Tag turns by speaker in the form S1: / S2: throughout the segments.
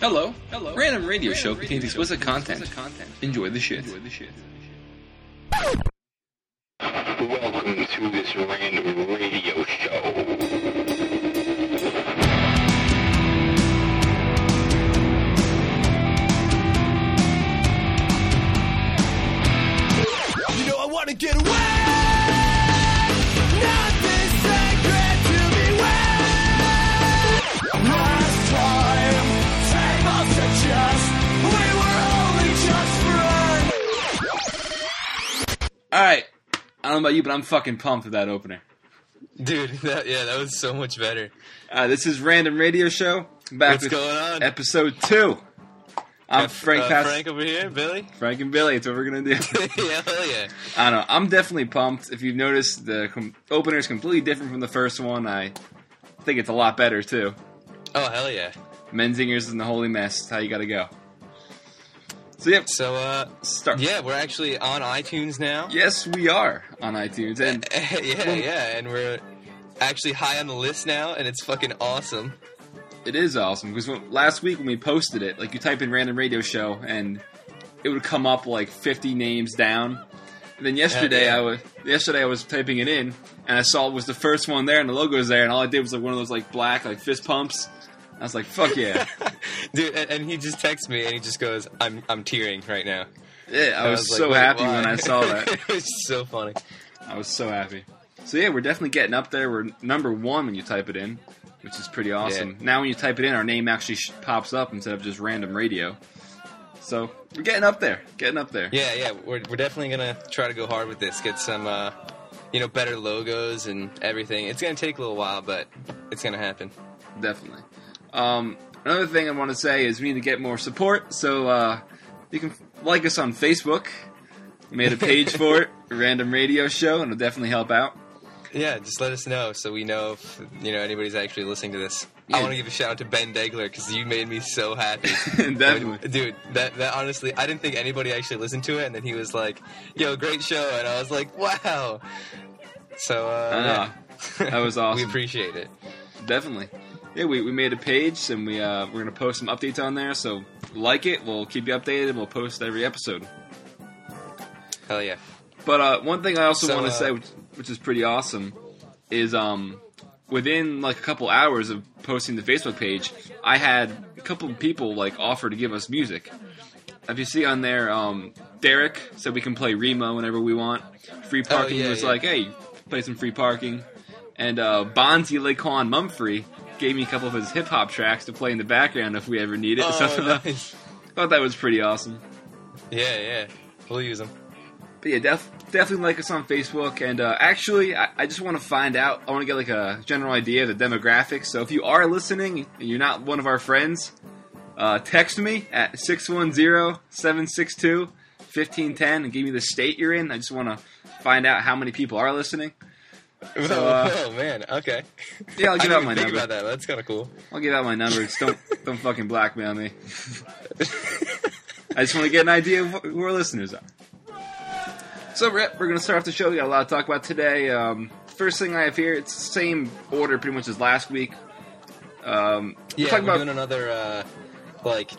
S1: Hello. Hello. Random radio show contains explicit content. Enjoy the shit.
S2: Welcome to this random radio show.
S3: You know I wanna get away. Nothing's sacred to me. Well, Last time, tables to chess. We were only just friends.
S1: All right. I don't know about you, but I'm fucking pumped for that opener.
S4: Dude, that, yeah, that was so much better.
S1: Uh, this is Random Radio Show. Back
S4: What's
S1: with
S4: going on?
S1: episode two. I'm
S4: Got,
S1: Frank
S4: uh,
S1: Pass.
S4: Frank over here, Billy.
S1: Frank and Billy. It's what we're gonna do.
S4: yeah, hell yeah.
S1: I don't know. I'm definitely pumped. If you've noticed, the com- opener is completely different from the first one. I think it's a lot better too.
S4: Oh hell yeah.
S1: Menzingers and the Holy Mess. That's how you got to go. So yep,
S4: So uh,
S1: start.
S4: yeah, we're actually on iTunes now.
S1: Yes, we are on iTunes, and
S4: Yeah, yeah, and we're actually high on the list now, and it's fucking awesome.
S1: it is awesome because last week when we posted it, like you type in "random radio show" and it would come up like 50 names down. And then yesterday
S4: yeah.
S1: I was yesterday I was typing it in and I saw it was the first one there and the logo was there and all I did was like one of those like black like fist pumps. I was like, "Fuck yeah!"
S4: Dude, and, and he just texts me, and he just goes, "I'm I'm tearing right now."
S1: yeah I,
S4: And
S1: was,
S4: like,
S1: so
S4: "Wait,
S1: happy
S4: why?"
S1: when I saw that.
S4: it was so funny.
S1: I was so happy. So yeah, we're definitely getting up there. We're number one when you type it in, which is pretty awesome. Now when you type it in, our name actually sh- pops up instead of just random radio. So we're getting up there, getting up there.
S4: Yeah, yeah, we're we're definitely gonna try to go hard with this. Get some, uh, you know, better logos and everything. It's gonna take a little while, but it's gonna happen.
S1: definitely. Um, another thing I want to say is we need to get more support. So uh, you can like us on Facebook. We made a page for it, Random Radio Show, and it'll definitely help out.
S4: Yeah, just let us know so we know if you know anybody's actually listening to this.
S1: Yeah.
S4: I want to give a shout out to Ben Degler because you made me so happy,
S1: definitely.
S4: dude. That that honestly, I didn't think anybody actually listened to it, and then he was like, "Yo, great show," and I was like, "Wow." So
S1: I know.
S4: uh, yeah.
S1: Ah, That was awesome.
S4: we appreciate it.
S1: Definitely. Yeah, we, we made a page and we uh, we're gonna post some updates on there. So like it, we'll keep you updated. and We'll post every episode.
S4: Hell yeah.
S1: But uh, one thing I also
S4: So,
S1: want to
S4: uh,
S1: say, which, which is pretty awesome, is um, within like a couple hours of posting the Facebook page, I had a couple of people like offer to give us music. If you see on there, um, Derek said we can play Remo whenever we want. Free parking
S4: Oh, yeah,
S1: was
S4: yeah.
S1: like, hey, play some free parking. And uh, Bonzi Lacan Mumfrey gave me a couple of his hip hop tracks to play in the background if we ever need it. so
S4: Oh, nice.
S1: I thought that was pretty awesome.
S4: Yeah, yeah. We'll use them.
S1: But yeah, def- definitely like us on Facebook. And uh, actually, I, I just want to find out. I want to get like a general idea of the demographics. So if you are listening and you're not one of our friends, uh, text me at 610-762-1510 and give me the state you're in. I just want to find out how many people are listening. So, uh,
S4: oh man, okay.
S1: Yeah, I'll
S4: I
S1: give out
S4: didn't even
S1: my
S4: think
S1: number.
S4: about that. That's kind of cool.
S1: I'll give out my number. Just don't don't fucking blackmail me. I just want to get an idea of wh- who our listeners are. So, Rep, we're going to start off the show. We got a lot to talk about today. Um, first thing I have here, it's the same order pretty much as last week. Um,
S4: Yeah,
S1: talking
S4: we're
S1: about
S4: doing another uh, like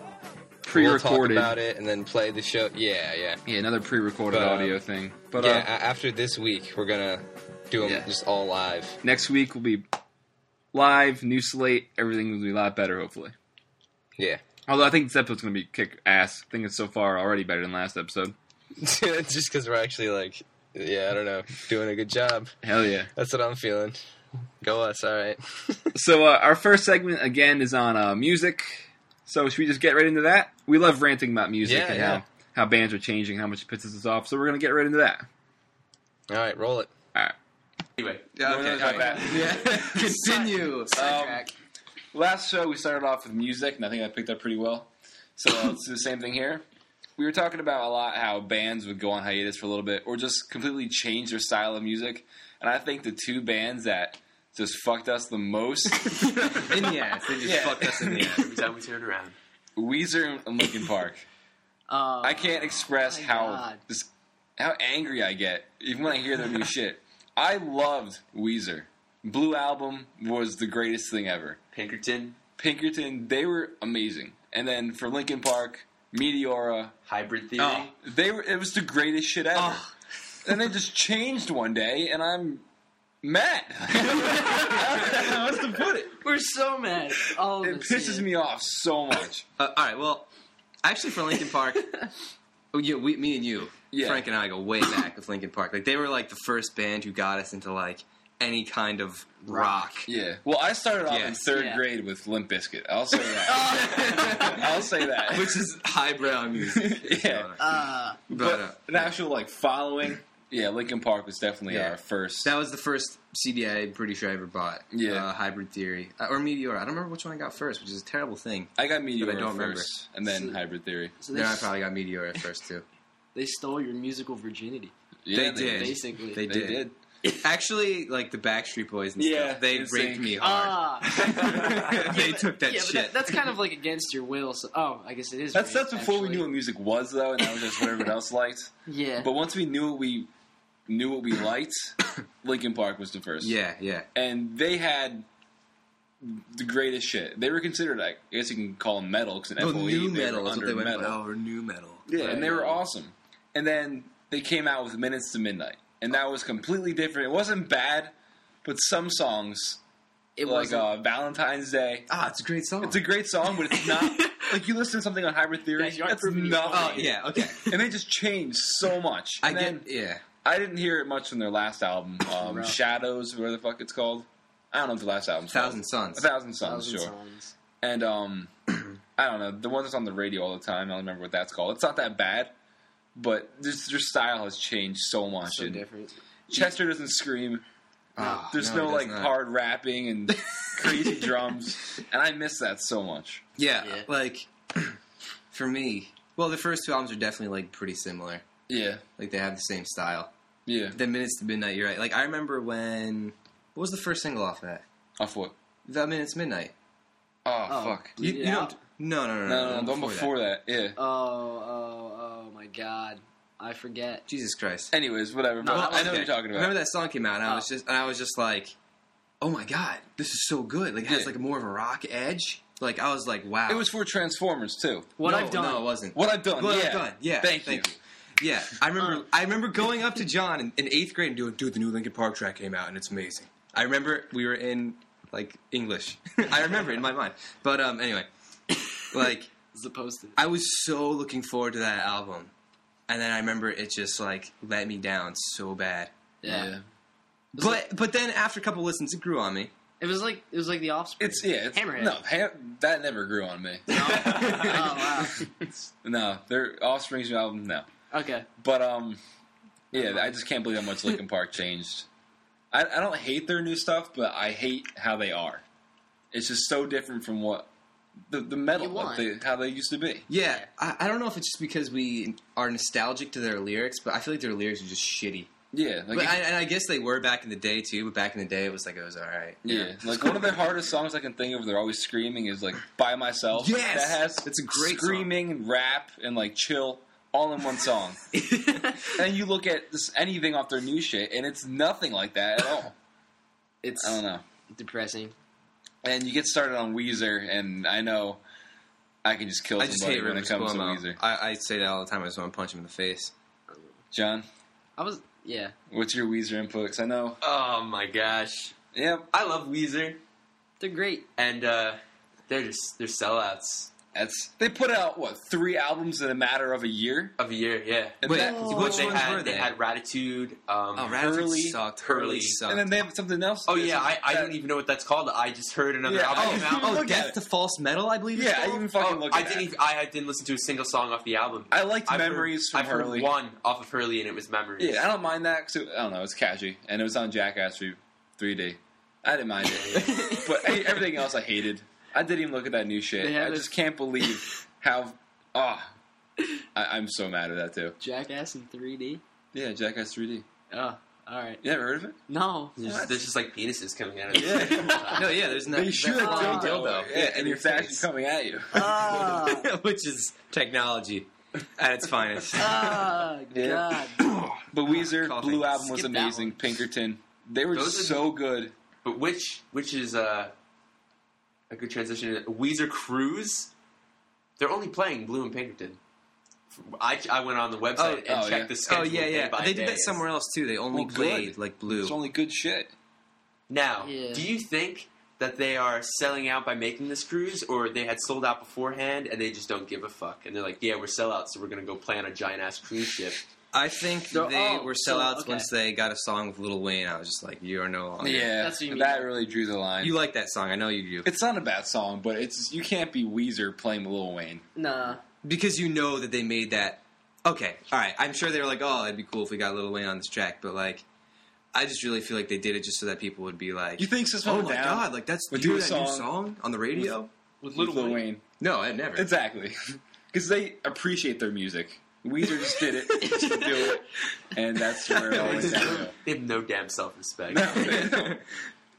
S1: pre-recorded.
S4: We'll talk about it and then play the show. Yeah, yeah,
S1: yeah, another pre-recorded
S4: But, um,
S1: audio thing. But
S4: yeah.
S1: uh,
S4: a- after this week, we're gonna do them
S1: Yeah.
S4: just all live.
S1: next week will be live, new slate. Everything will be a lot better, hopefully.
S4: Yeah,
S1: Although I think this episode's going to be kick ass. I think it's so far already better than last episode.
S4: just because we're actually like, yeah, I don't know, doing a good job.
S1: Hell yeah.
S4: That's what I'm feeling. Go us, all right.
S1: So uh, our first segment again is on uh, music. So should we just get right into that? We love ranting about music
S4: Yeah,
S1: and
S4: yeah.
S1: how how bands are changing, how much it pisses us off. So we're gonna get right into that.
S4: all right, roll it.
S1: All right.
S5: Anyway,
S1: No, no, no, my bad.
S5: Continue. Sidetrack.
S1: um, Last show we started off with music, and I think I picked up pretty well. So uh, let's do the same thing here. We were talking about a lot how bands would go on hiatus for a little bit, or just completely change their style of music. And I think the two bands that just fucked us the most,
S5: in the ass. They just
S1: Yeah.
S5: fucked us in the ass every time we turned around.
S1: Weezer and Linkin Park.
S5: Um,
S1: I can't express
S5: my
S1: how
S5: God.
S1: this, how angry I get even when I hear their new shit. I loved Weezer. Blue album was the greatest thing ever.
S5: Pinkerton.
S1: Pinkerton, they were amazing. And then for Lincoln Park, Meteora,
S5: Hybrid theory.
S1: oh, they were. It was the greatest shit ever.
S4: Oh.
S1: And they just changed one day, and I'm mad. How else to put it?
S6: We're so mad. All of
S1: It
S6: us
S1: pisses
S6: here.
S1: me off so much.
S6: Uh,
S4: all right, well,
S5: Actually, for Lincoln Park, oh, yeah, we, me and you,
S1: Yeah.
S5: Frank and I go way back with Lincoln Park. Like they were like the first band who got us into like any kind of rock.
S1: Yeah. Well, I started off in
S5: Yes.
S1: third
S6: Yeah.
S1: grade with Limp Bizkit. I'll say that. I'll say that.
S5: Which is highbrow music.
S1: Yeah.
S6: Uh,
S5: But,
S1: but
S5: uh,
S1: an actual like following. Yeah, Lincoln Park was definitely
S5: Yeah.
S1: our first.
S5: That was the first CD I'm pretty sure I ever bought.
S1: Yeah.
S5: Uh, Hybrid Theory. Uh, or Meteor. I don't remember which one I got first, which is a terrible thing.
S1: I got Meteor
S5: But I don't remember.
S1: first, and then
S6: So-
S1: Hybrid Theory.
S6: so they,
S5: Then I
S6: s-
S5: probably got Meteor at first, too.
S6: they stole your musical virginity,
S1: Yeah,
S5: they did.
S6: basically.
S5: They
S1: They did.
S5: did. Actually, like the Backstreet Boys and
S1: Yeah,
S5: stuff, they
S1: in
S5: raped
S1: sync.
S5: me hard.
S6: Ah,
S5: they
S6: but-
S5: took that
S6: yeah, but
S5: shit.
S6: that's kind of like against your will. So, oh, I guess it is.
S1: That's
S6: rape,
S1: that's before we
S6: actually.
S1: knew what music was though, and that was just what everyone else liked.
S6: Yeah,
S1: But once we knew what we knew what we liked, Lincoln Park was the first.
S5: yeah, yeah.
S1: and they had the greatest shit. They were considered, I guess you can call them metal because
S4: Oh,
S5: Well, Oh, new
S1: E they
S5: metal
S1: were
S5: is what
S1: under
S5: they went
S1: metal.
S5: for. Oh, or new metal.
S1: Yeah, and they were awesome. And then they came out with Minutes to Midnight, and that was completely different. It wasn't bad, but some songs,
S6: it
S1: like
S6: was.
S1: uh, Valentine's Day,
S5: Ah, it's a great song.
S1: it's a great song, but it's not like you listen to something on Hybrid Theory.
S6: Guys, you aren't
S1: That's
S6: proving me
S1: nothing.
S5: oh, yeah, okay.
S1: And they just changed so much.
S5: I
S1: And then-
S5: get, yeah.
S1: I didn't hear it much from their last album, um,
S6: Rough.
S1: Shadows, whatever the fuck it's called. I don't know if the last album's called.
S5: Thousand Suns.
S1: A Thousand Suns,
S6: Thousand
S1: sure.
S6: songs.
S1: And um, I don't know the one that's on the radio all the time. I don't remember what that's called. It's not that bad, but just their style has changed so much.
S6: So
S1: and
S6: different.
S1: Chester doesn't scream.
S5: Ah,
S1: There's
S5: it
S1: no,
S5: does
S1: like
S5: not.
S1: hard rapping and crazy drums, and I miss that so much.
S5: Yeah,
S6: Yeah.
S5: like for me, well, the first two albums are definitely like pretty similar.
S1: Yeah,
S5: Like they have the same style.
S1: yeah.
S5: The Minutes to Midnight, you're right. Like I remember when what was the first single off that?
S1: Off what?
S5: The Minutes Midnight.
S1: Oh,
S6: Oh.
S1: fuck.
S5: You,
S6: Yeah.
S5: you don't. No, no,
S1: No,
S5: no, no.
S1: no,
S4: Oh,
S1: no, the one Uh, before that. Yeah.
S6: Oh, oh, oh my God! I forget.
S5: that. Jesus Christ.
S1: Anyways, whatever.
S6: No,
S1: but
S6: that
S1: I know
S5: Okay.
S1: what you're talking about.
S5: Remember that song came out, and I
S6: Oh.
S5: was just, and I was just like, oh my god, this is so good. Like it has
S1: Yeah.
S5: like a more of a rock edge. Like I was like, wow.
S1: It was for Transformers too.
S6: What
S5: No,
S6: I've done.
S5: No, it wasn't.
S1: What I've done.
S5: What
S1: yeah.
S5: I've done. Yeah.
S1: Thank,
S5: Thank
S1: you.
S5: Yeah, I remember. I remember going up to John in, in eighth grade and doing, "Dude, the new Linkin Park track came out and it's amazing." I remember we were in like English. I remember in my mind. But um, anyway, like
S6: It's the post-it.
S5: I was so looking forward to that album, and then I remember it just like let me down so bad.
S6: Yeah.
S5: But but then after a couple listens, it grew on me.
S6: it was like it was like the offspring.
S1: It's yeah. It's,
S6: Hammerhead.
S1: No, ha- that never grew on me.
S6: oh wow.
S1: No, their Offspring's new album, no.
S6: Okay.
S1: But um, yeah, I just can't believe how much Linkin Park changed. I, I don't hate their new stuff, but I hate how they are. It's just so different from what the the metal
S6: You
S1: what
S6: want.
S1: they, how they used to be.
S5: Yeah, I, I don't know if it's just because we are nostalgic to their lyrics, but I feel like their lyrics are just shitty.
S1: Yeah, like
S5: But
S1: if-
S5: I, and I guess they were back in the day too. But back in the day, it was like it was all right.
S1: yeah, like one of their hardest songs I can think of. They're always screaming is like "By Myself."
S5: Yes!
S1: that has
S5: It's a great song.
S1: screaming, and rap, and like chill all in one song. and you look at this, anything off their new shit, and it's nothing like that at all.
S6: It's
S1: I don't know.
S6: depressing.
S1: And you get started on Weezer, and I know I can just kill
S5: I
S1: somebody
S5: just hate
S1: when
S5: Rivers
S1: it comes to
S5: Cuomo.
S1: Weezer.
S5: I, I say that all the time. I just want to punch him in the face.
S1: John,
S6: I was yeah.
S1: what's your Weezer input? 'Cause I know.
S4: oh my gosh,
S1: Yeah,
S4: I love Weezer,
S6: They're great.
S4: and uh, they're just they're sellouts
S1: that's they put out what three albums in a matter of a year.
S4: of a year. Yeah,
S1: And
S5: Wait,
S1: that-
S5: which
S4: they
S5: ones
S4: had
S5: were Oh. they?
S4: they had Ratitude. Um,
S5: oh, Rattles
S1: Hurley,
S5: sucked.
S4: Hurley.
S5: Hurley sucked.
S1: and then they have something else.
S4: oh yeah, I, I
S1: That-
S4: don't even know what that's called. I just heard another
S1: Yeah,
S4: album.
S1: oh,
S4: came out.
S1: look
S5: oh,
S1: at
S5: Death
S1: it.
S5: to False Metal, I believe. it's
S1: Yeah, I
S5: called?
S1: even fucking
S4: Oh,
S1: look.
S4: I
S1: at
S4: didn't.
S1: it.
S4: Even, I didn't listen to a single song off the album.
S1: I liked
S4: I've heard-
S1: Memories from
S4: I've heard
S1: Hurley.
S4: one off of Hurley, and it was Memories.
S1: Yeah, I don't mind that 'cause it I don't know. It's catchy, and it was on Jackass Three- 3D. I didn't mind it, but hey, everything else I hated. I didn't even look at that new shit.
S6: They had
S1: I
S6: this-
S1: just can't believe how ah. I, I'm so mad at that too.
S6: Jackass in 3D.
S1: Yeah, Jackass 3D.
S6: Oh, all right.
S1: You ever heard of it?
S6: No.
S4: There's just, there's just like penises coming out of it.
S1: Yeah.
S5: No, yeah, there's that.
S1: they shoot a
S6: that's
S1: dildo,
S6: fine.
S1: yeah, and your faction's coming at you.
S6: Ah,
S5: which is technology at its finest.
S6: ah,
S1: Yeah.
S6: God.
S1: But Weezer,
S5: Coughing.
S1: Blue Album was
S6: Skip that
S1: amazing.
S6: one.
S1: Pinkerton, they were
S4: Those
S1: just
S4: are-
S1: so good.
S4: But which which is uh
S3: a good transition. Weezer Cruise. They're only playing Blue and Pinkerton. I, I went on the website
S5: Oh,
S3: and
S7: oh,
S3: checked
S7: yeah.
S3: the schedule.
S5: Oh yeah,
S3: day
S5: yeah.
S3: by
S5: They did
S3: day.
S5: that somewhere else too. They
S1: Well,
S5: only
S1: good.
S5: played like blue.
S1: It's only good shit.
S3: Now,
S6: Yeah.
S3: do you think that they are selling out by making this cruise, or they had sold out beforehand and they just don't give a fuck? And they're like, yeah, we're sellouts, so we're going to go play on a giant ass cruise ship.
S5: I think
S6: They're-
S5: they
S6: oh,
S5: were
S6: so,
S5: sellouts
S6: okay.
S5: once they got a song with Lil Wayne. I was just like, you are no longer.
S1: Yeah,
S6: Oh, That's what you mean.
S1: that really drew the line.
S5: You like that song? I know you do
S1: it's not a bad song, but it's you can't be Weezer playing Lil Wayne.
S6: Nah.
S5: because you know that they made that. Okay, all right. I'm sure they were like, oh, it'd be cool if we got Lil Wayne on this track, but like, I just really feel like they did it just so that people would be like,
S1: You think System
S5: oh
S1: of a
S5: my
S1: Down
S5: god, like that's
S1: would
S5: you
S1: do
S5: hear
S1: a
S5: that new
S1: song
S5: song on the radio?
S1: with Lil, Wayne.
S5: no, I never.
S1: Exactly, because they appreciate their music. Weezer just did it, just to do it, and that's where it always happened.
S3: They have no damn self respect.
S1: No, they don't.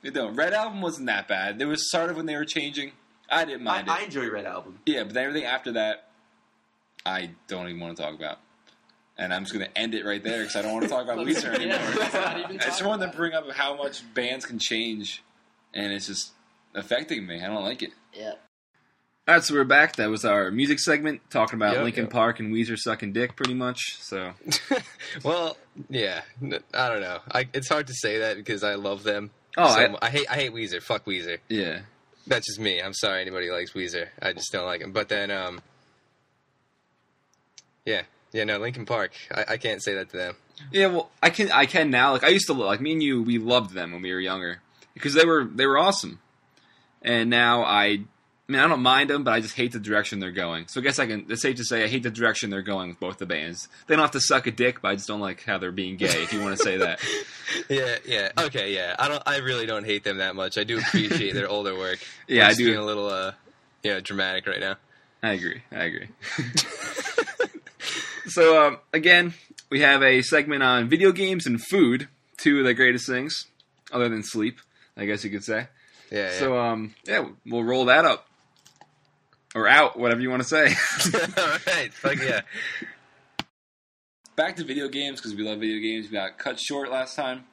S1: They don't. Red album wasn't that bad. It was sort of when they were changing. I didn't
S3: I,
S1: mind
S3: I
S1: it.
S3: enjoy Red Album.
S1: Yeah, but everything after that, I don't even want to talk about. And I'm just going to end it right there because I don't want to talk about Weezer anymore.
S6: Yeah, let's not even
S1: I just
S6: talk
S1: wanted
S6: about
S1: to bring up how much bands can change, and it's just affecting me. I don't like it.
S6: it. Yeah.
S7: All right, so we're back. That was our music segment talking about
S4: Yep,
S7: Linkin
S4: yep.
S7: Park and Weezer sucking dick, pretty much. So
S4: well, yeah, n- I don't know. I, it's hard to say that because I love them.
S7: Oh,
S4: so
S7: I-
S4: mu- I, hate I hate Weezer. Fuck Weezer.
S7: yeah,
S4: That's just me. I'm sorry anybody who likes Weezer. I just don't like him. But then, um, yeah, yeah, no, Lincoln Park. I, I can't say that to them.
S7: yeah. Well, I can I can now. Like I used to lo- like me and you. We loved them when we were younger because they were they were awesome. And now I, I mean, I don't mind them, but I just hate the direction they're going. So I guess I can. It's safe to say I hate the direction they're going with both the bands. They don't have to suck a dick, but I just don't like how they're being gay. If you want to say that,
S4: Yeah, yeah, okay, yeah. I don't. I really don't hate them that much. I do appreciate their older work.
S7: Yeah,
S4: I'm
S7: I
S4: just
S7: do.
S4: Being a little, uh, yeah, dramatic right now.
S7: I agree. I agree. so um, again, we have a segment on video games and food, two of the greatest things, other than sleep, I guess you could say.
S4: Yeah. yeah.
S7: So um, yeah, we'll roll that up or out, whatever you want to say. uh,
S4: all right. Fuck yeah.
S1: Back to video games because we love video games. We got cut short last time.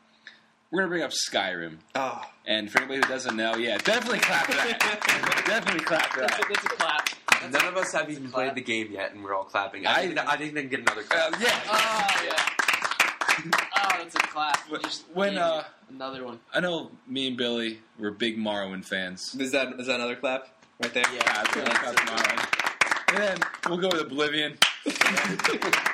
S1: We're going to bring up Skyrim.
S5: Oh,
S1: And for anybody who doesn't know, yeah, definitely clap for that. definitely clap for
S6: That's a,
S1: that.
S6: that's a clap.
S3: None of us have even played the game yet, and we're all clapping. I,
S1: I-
S3: think, I think they can get another clap.
S1: Uh, yeah.
S6: Oh, yeah. Oh, that's a clap. You just
S1: When,
S6: gave me
S1: uh,
S6: another one.
S1: I know me and Billy were big Morrowind fans.
S5: is that is that another clap right there?
S1: Yeah, I really love Morrowind. And then we'll go with Oblivion.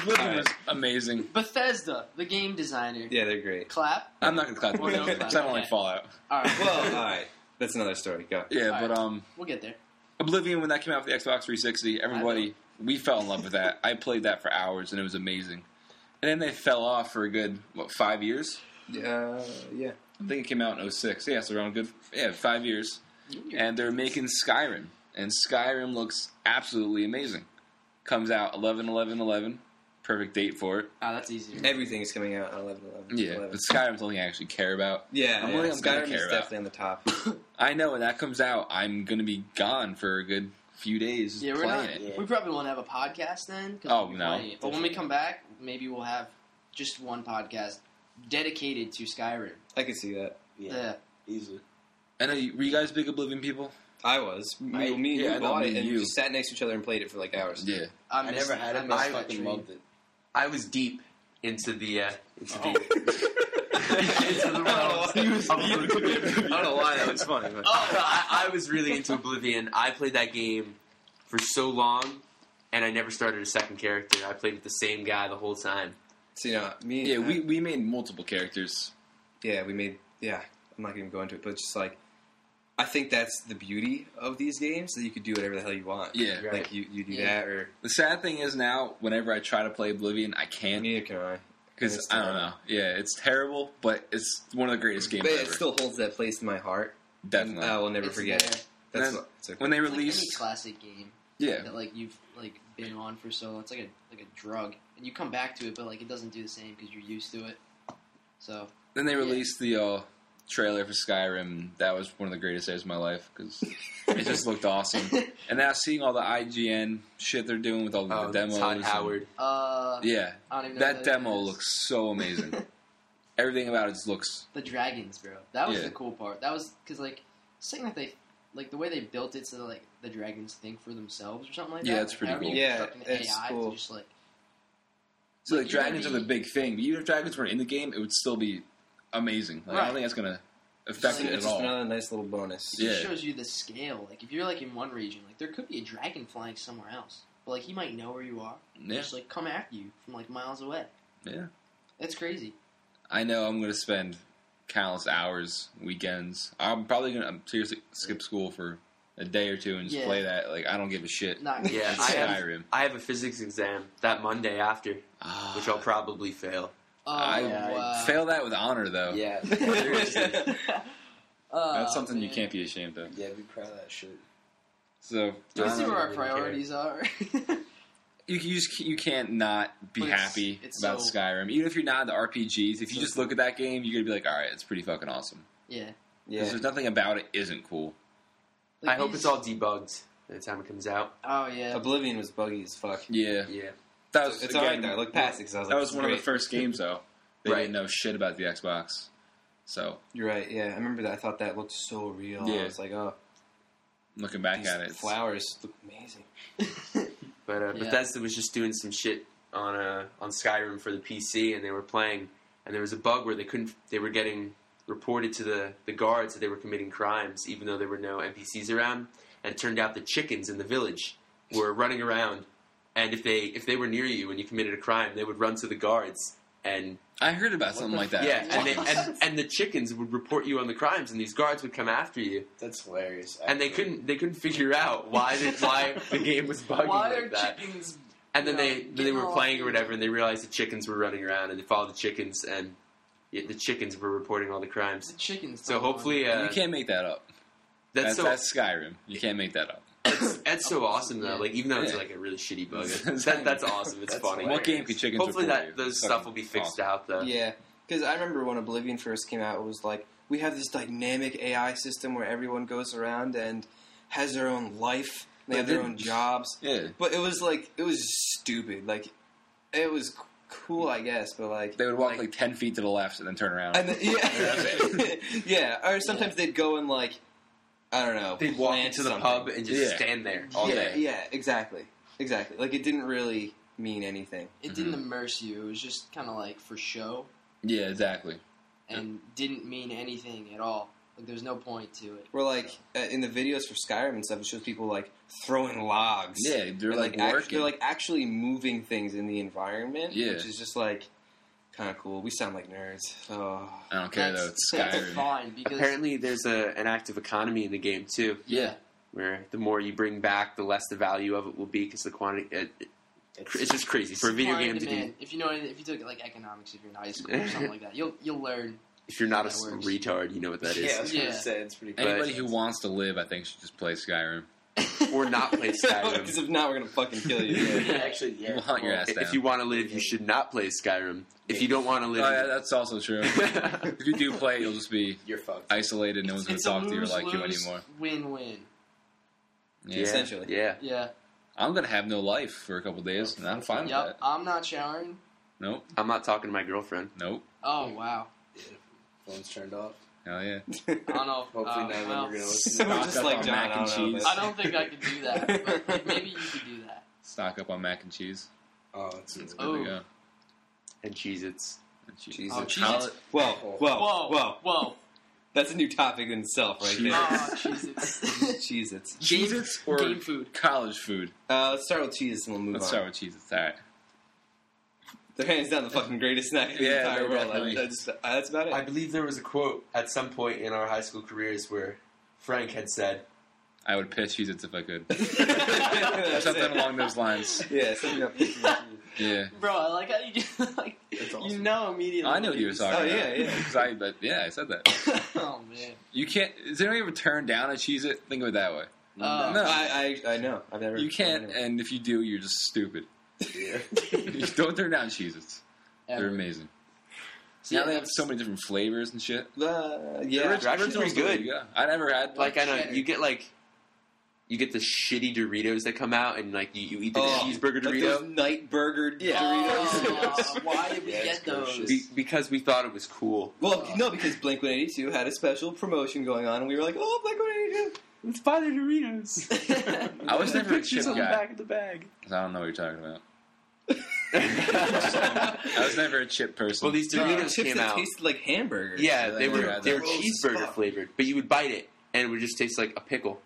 S1: Oblivion was amazing.
S6: Bethesda, the game designer.
S5: Yeah, they're great.
S6: Clap.
S1: I'm not gonna clap
S6: We're
S1: Oblivion
S6: gonna
S1: because I
S6: clap,
S1: don't like
S6: okay.
S1: Fallout.
S6: All right.
S5: Well, all right, that's another story. Go.
S1: Yeah,
S6: Alright.
S1: but um,
S6: we'll get there.
S1: Oblivion when that came out for the Xbox 360, everybody we fell in love with that. I played that for hours and it was amazing. And then they fell off for a good what five years.
S5: Uh, yeah.
S1: I think it came out in 06. Yeah, so around good yeah five years. And they're making Skyrim, and Skyrim looks absolutely amazing. Comes out 11 11 11. Perfect date for it.
S6: Ah, that's easier.
S5: Everything is coming out on 11 11.
S1: Yeah, but Skyrim's the only thing I actually care about.
S5: yeah,
S1: I'm
S5: yeah.
S1: only- I'm gonna
S5: Skyrim is
S1: care about-
S5: definitely on the top.
S1: I know when that comes out, I'm gonna be gone for a good few days just
S6: Yeah, we're
S1: playing
S6: not.
S1: it.
S6: We probably won't have a podcast then. 'cause
S1: Oh,
S6: we'll be
S1: no.
S6: playing it. But when we come back, maybe we'll have just one podcast dedicated to Skyrim.
S5: I can see that.
S6: Yeah.
S3: easily.
S1: I know. you- Were you guys big Oblivion people?
S5: I was. Me,
S1: I-
S5: me and
S1: yeah, I
S5: you
S1: know,
S5: bought
S1: me
S5: it
S1: and
S5: and
S1: you.
S5: just sat next to each other and played it for like hours.
S1: Yeah.
S6: I,
S3: never had it, but I fucking loved
S6: it.
S3: I was deep into the uh, into the
S5: Oh.
S3: into the realms of Oblivion.
S5: I don't know why that was funny, but
S3: Oh, no, I, I was really into Oblivion. I played that game for so long, and I never started a second character. I played with the same guy the whole time.
S5: so, you know, me and
S1: Yeah, we, we made multiple characters.
S5: yeah, we made yeah. I'm not even going to it, but just like I think that's the beauty of these games that you could do whatever the hell you want.
S1: Yeah.
S3: Right.
S5: like you, you do
S6: Yeah.
S5: that or
S1: The sad thing is now, whenever I try to play Oblivion, I can't
S5: neither can I.
S1: because
S5: It's
S1: I don't
S5: terrible.
S1: know. Yeah, it's terrible, but it's one of the greatest games
S5: But
S1: ever.
S5: it still holds that place in my heart.
S1: Definitely.
S5: I will never
S6: It's
S5: forget
S6: there.
S5: it. That's
S1: That's-
S5: what, it's okay.
S1: when they
S6: It's like any
S1: released,
S6: classic game
S1: yeah,
S6: that like you've like been on for so long. It's like a like a drug, and you come back to it, but like it doesn't do the same because you're used to it. So
S1: then they released the uh, trailer for Skyrim. and That was one of the greatest days of my life because it just looked awesome.
S6: uh,
S1: And now seeing all the IGN shit they're doing with all the
S3: Oh,
S1: demos,
S3: Todd
S1: and-
S3: Howard.
S6: uh,
S1: yeah,
S6: I don't even know
S1: that
S6: who
S1: demo
S6: is.
S1: looks so amazing. Everything about it just looks
S6: the dragons, bro. That was
S1: Yeah.
S6: the cool part. That was because like something that they like the way they built it so that like the dragons think for themselves or something like
S1: Yeah,
S6: that.
S1: it's
S6: Like,
S1: pretty
S6: however
S1: cool.
S6: you
S5: Yeah,
S6: construct an
S5: it's
S6: AI to
S5: cool.
S6: just like
S1: So like
S6: Like, you're
S1: dragons are the
S6: gonna
S1: big thing, but even if dragons weren't in the game, it would still be amazing. Like, I
S6: Right.
S1: don't think that's gonna affect
S6: Just like-
S1: it
S5: It's
S1: at
S5: just
S1: all.
S5: another nice little bonus.
S6: it just
S1: Yeah.
S6: shows you the scale. Like if you're like in one region, like there could be a dragon flying somewhere else, but like he might know where you are, and
S1: Yeah,
S6: just like come after you from like miles away.
S1: yeah.
S6: That's crazy.
S1: I know I'm gonna spend countless hours, weekends. I'm probably gonna I'm seriously skip school for a day or two and just
S6: Yeah.
S1: play that. Like I don't give a shit.
S6: Not good.
S8: Yeah,
S1: It's
S8: I have-
S1: Skyrim.
S8: I have a physics exam that Monday after,
S1: Ah.
S8: which I'll probably fail.
S6: Oh,
S1: I
S6: wow.
S1: fail that with honor though.
S8: Yeah,
S6: Oh,
S1: That's something you
S6: man.
S1: can't be ashamed of.
S8: yeah, be proud of that shit.
S1: So
S6: Do we
S8: I
S6: see
S8: don't
S6: where our
S8: really care.
S6: priorities are?
S1: you you, just, you can't not be
S6: But it's-
S1: happy
S6: it's
S1: about
S6: so-
S1: Skyrim. Even if you're not into RPGs, if you
S6: so
S1: just look at that game, you're gonna be like, all right, it's pretty fucking awesome.
S6: yeah.
S5: Yeah.
S1: 'Cause There's nothing about it isn't cool.
S6: Like,
S8: I hope
S6: these-
S8: it's all debugged by the time it comes out.
S6: Oh yeah.
S5: Oblivion was buggy as fuck.
S1: Yeah,
S8: Yeah,
S1: that was
S5: It's, it's
S1: again,
S5: alright though. I looked past it 'cause I was
S1: That
S5: like,
S1: was
S5: this
S1: one
S5: is
S1: of the first games though. They
S8: Right.
S1: didn't know shit about the Xbox, so
S5: great. You're right. Yeah, I remember that. I thought that looked so real.
S1: Yeah.
S5: I was like, oh,
S1: looking back
S5: these
S1: at it, it's-
S5: flowers look amazing.
S8: but
S6: Yeah.
S8: uh, Bethesda was just doing some shit on uh, on Skyrim for the PC, and they were playing, and there was a bug where they couldn't. They were getting reported to the the guards that they were committing crimes, even though there were no NPCs around. And it turned out the chickens in the village were running around, and if they if they were near you and you committed a crime, they would run to the guards and
S1: I heard about something like that.
S8: Yeah, and, they, and and the chickens would report you on the crimes, and these guards would come after you.
S4: That's hilarious.
S8: And they couldn't they couldn't figure out why the, why the game was bugging
S6: Why
S8: like
S6: are
S8: that.
S6: chickens?
S8: And then
S6: you know,
S8: they then they
S6: getting
S8: were
S6: all-
S8: playing or whatever, and they realized the chickens were running around, and they followed the chickens, and yet the chickens were reporting all the
S6: The
S8: crimes.
S6: chickens.
S8: So
S6: don't
S8: hopefully,
S6: want
S8: uh,
S1: you can't make that up. That's,
S8: that's, so
S1: that's Skyrim. You can't make that up.
S8: that's so awesome though.
S6: Yeah.
S8: Like even though it's
S1: Yeah.
S8: like a really shitty bug, that,
S1: Exactly.
S8: that's awesome. It's
S4: That's
S8: funny.
S1: What game could chickens?
S8: Hopefully
S1: report
S8: that
S1: you?
S8: those
S1: Fucking
S8: stuff will be fixed
S1: awesome.
S8: out though.
S5: Yeah, because I remember when Oblivion first came out, it was like we have this dynamic AI system where everyone goes around and has their own life. They have their own jobs,
S1: Yeah,
S5: but it was like it was stupid. Like it was c- cool, I guess, but like
S1: they would walk like, ten feet to the left and then turn around.
S5: and the, yeah, yeah. Or sometimes they'd go and like I don't know,
S8: They'd walk
S5: plant
S8: into the
S5: something.
S8: pub and just
S1: Yeah.
S8: stand there all
S5: yeah,
S8: day.
S5: yeah, exactly, exactly. Like it didn't really mean anything.
S6: It didn't
S1: Mm-hmm.
S6: immerse you. It was just kind of like for show
S1: yeah, exactly.
S6: and didn't mean anything at all. Like there's no point to it.
S5: Where like uh, in the videos for Skyrim and stuff, it shows people like throwing logs.
S1: Yeah, they're
S5: And,
S1: like,
S5: act-
S1: working.
S5: they're like actually moving things in the environment,
S1: Yeah.
S5: which is just like kind of cool. We sound like nerds. Oh.
S1: I don't care though. It's Skyrim.
S6: That's fine because
S8: Oh, Apparently, there's a, an active economy in the game too,
S1: Yeah,
S8: where the more you bring back, the less the value of it will be because the quantity. It, it- it's just crazy for a video
S6: supply
S8: game
S6: and
S8: to be.
S6: demand. If you know, anything- if you took like economics, if you're in high school or something like that, you'll you'll learn.
S8: If you're not a
S6: That
S8: s-
S6: works.
S8: retard, you know what that
S4: yeah, I
S8: is.
S4: was gonna
S6: Yeah.
S4: say it's pretty. Cool.
S1: anybody who wants to live, I think, should just play Skyrim.
S8: or not play
S5: Because
S8: Skyrim.
S5: if not, we're gonna fucking kill you.
S4: Yeah, actually, yeah.
S1: We'll hunt your ass down.
S8: if you want to live, you should not play Skyrim. If you don't want to
S1: oh, yeah,
S8: live,
S1: that's also true. if you do play, you'll just be
S4: You're fucked.
S1: isolated. No one's going to
S6: it's a
S1: talk to you or
S6: lose,
S1: like you
S6: lose,
S1: anymore.
S6: Win-win.
S1: Yeah.
S5: Essentially.
S8: yeah.
S6: Yeah.
S1: I'm gonna have no life for a couple days, and I'm fine with
S6: Yep.
S1: that.
S6: I'm not showering.
S1: Nope,
S8: I'm not talking to my girlfriend.
S1: nope,
S6: Oh wow.
S4: Phone's turned off.
S1: hell yeah.
S6: I don't know. if-
S4: Hopefully,
S6: uh,
S4: none of them
S6: well,
S4: are gonna
S5: so
S4: listen.
S5: we're just
S1: Knock
S5: like
S1: up
S5: John.
S1: mac
S5: I
S1: and
S5: don't know
S1: cheese.
S5: about
S6: I don't think I could do that. But like, maybe you could do that.
S1: Stock up on mac and cheese.
S4: Oh, it's, it's
S1: There we
S6: Oh.
S1: go.
S8: And Cheez Its.
S1: And cheese.
S5: cheese.
S6: Oh, cheese.
S1: Collard-
S5: Whoa, whoa,
S6: Whoa.
S5: whoa,
S6: Whoa.
S5: That's a new topic in itself, right there.
S6: Oh, Jesus.
S5: Cheez Its.
S1: Cheez-Its or
S6: game food.
S1: college food?
S5: Uh, let's start with cheese and we'll move
S1: Let's
S5: on.
S1: start with Cheez-Its. All right.
S5: They're hands down the fucking greatest snack in the
S1: Yeah,
S5: entire
S1: they're
S5: world.
S1: definitely-
S5: I- I just- I- that's about it.
S8: I believe there was a quote at some point in our high school careers where Frank had said,
S1: I would pitch Cheez-Its if I could.
S5: That's
S1: Something
S5: it.
S1: along those lines.
S5: Yeah, something up.
S1: Yeah.
S6: Bro, I like how you get, like, you
S4: awesome.
S6: know immediately.
S1: I knew what you were talking
S5: Oh,
S1: about.
S5: yeah, yeah.
S1: 'Cause I, but yeah, I said that.
S6: oh, man.
S1: You can't. Is anybody ever turned down a Cheez-It? Think of it that way.
S6: Uh,
S1: No.
S5: I, I, I know. I've never.
S1: You can't, and if you do, you're just stupid. Don't turn down Cheez-Its. They're
S6: Ever.
S1: amazing.
S6: See,
S1: Now they
S6: yeah,
S1: have so many different flavors and shit.
S5: Uh,
S8: They're
S5: yeah.
S8: actually pretty
S1: Original's the way
S8: good.
S1: to go. I never had.
S8: Like I know
S6: Cheddar.
S8: you get like you get the shitty Doritos that come out, and like you, you eat the
S5: Oh,
S8: cheeseburger
S5: like
S8: Dorito.
S5: those night burger
S8: Yeah.
S6: Oh,
S5: Doritos.
S6: why did we
S8: Yeah,
S6: get those?
S8: Be- because we thought it was cool.
S5: well, no, because Blink One Eighty Two had a special promotion going on, and we were like, "Oh, Blink One Eighty Two,
S8: Let's buy the Doritos.
S1: I was never a chip
S8: Pictures on the
S1: guy.
S8: back of the bag.
S1: 'cause I don't know what you're talking about. I was never a chip person.
S8: well, these Doritos
S5: chips
S8: came
S5: that
S8: out.
S5: tasted like hamburgers."
S8: yeah,
S1: Yeah,
S8: they
S1: they
S8: were
S1: had
S8: they were
S1: that.
S8: cheeseburger flavored, but you would bite it, and it would just taste like a pickle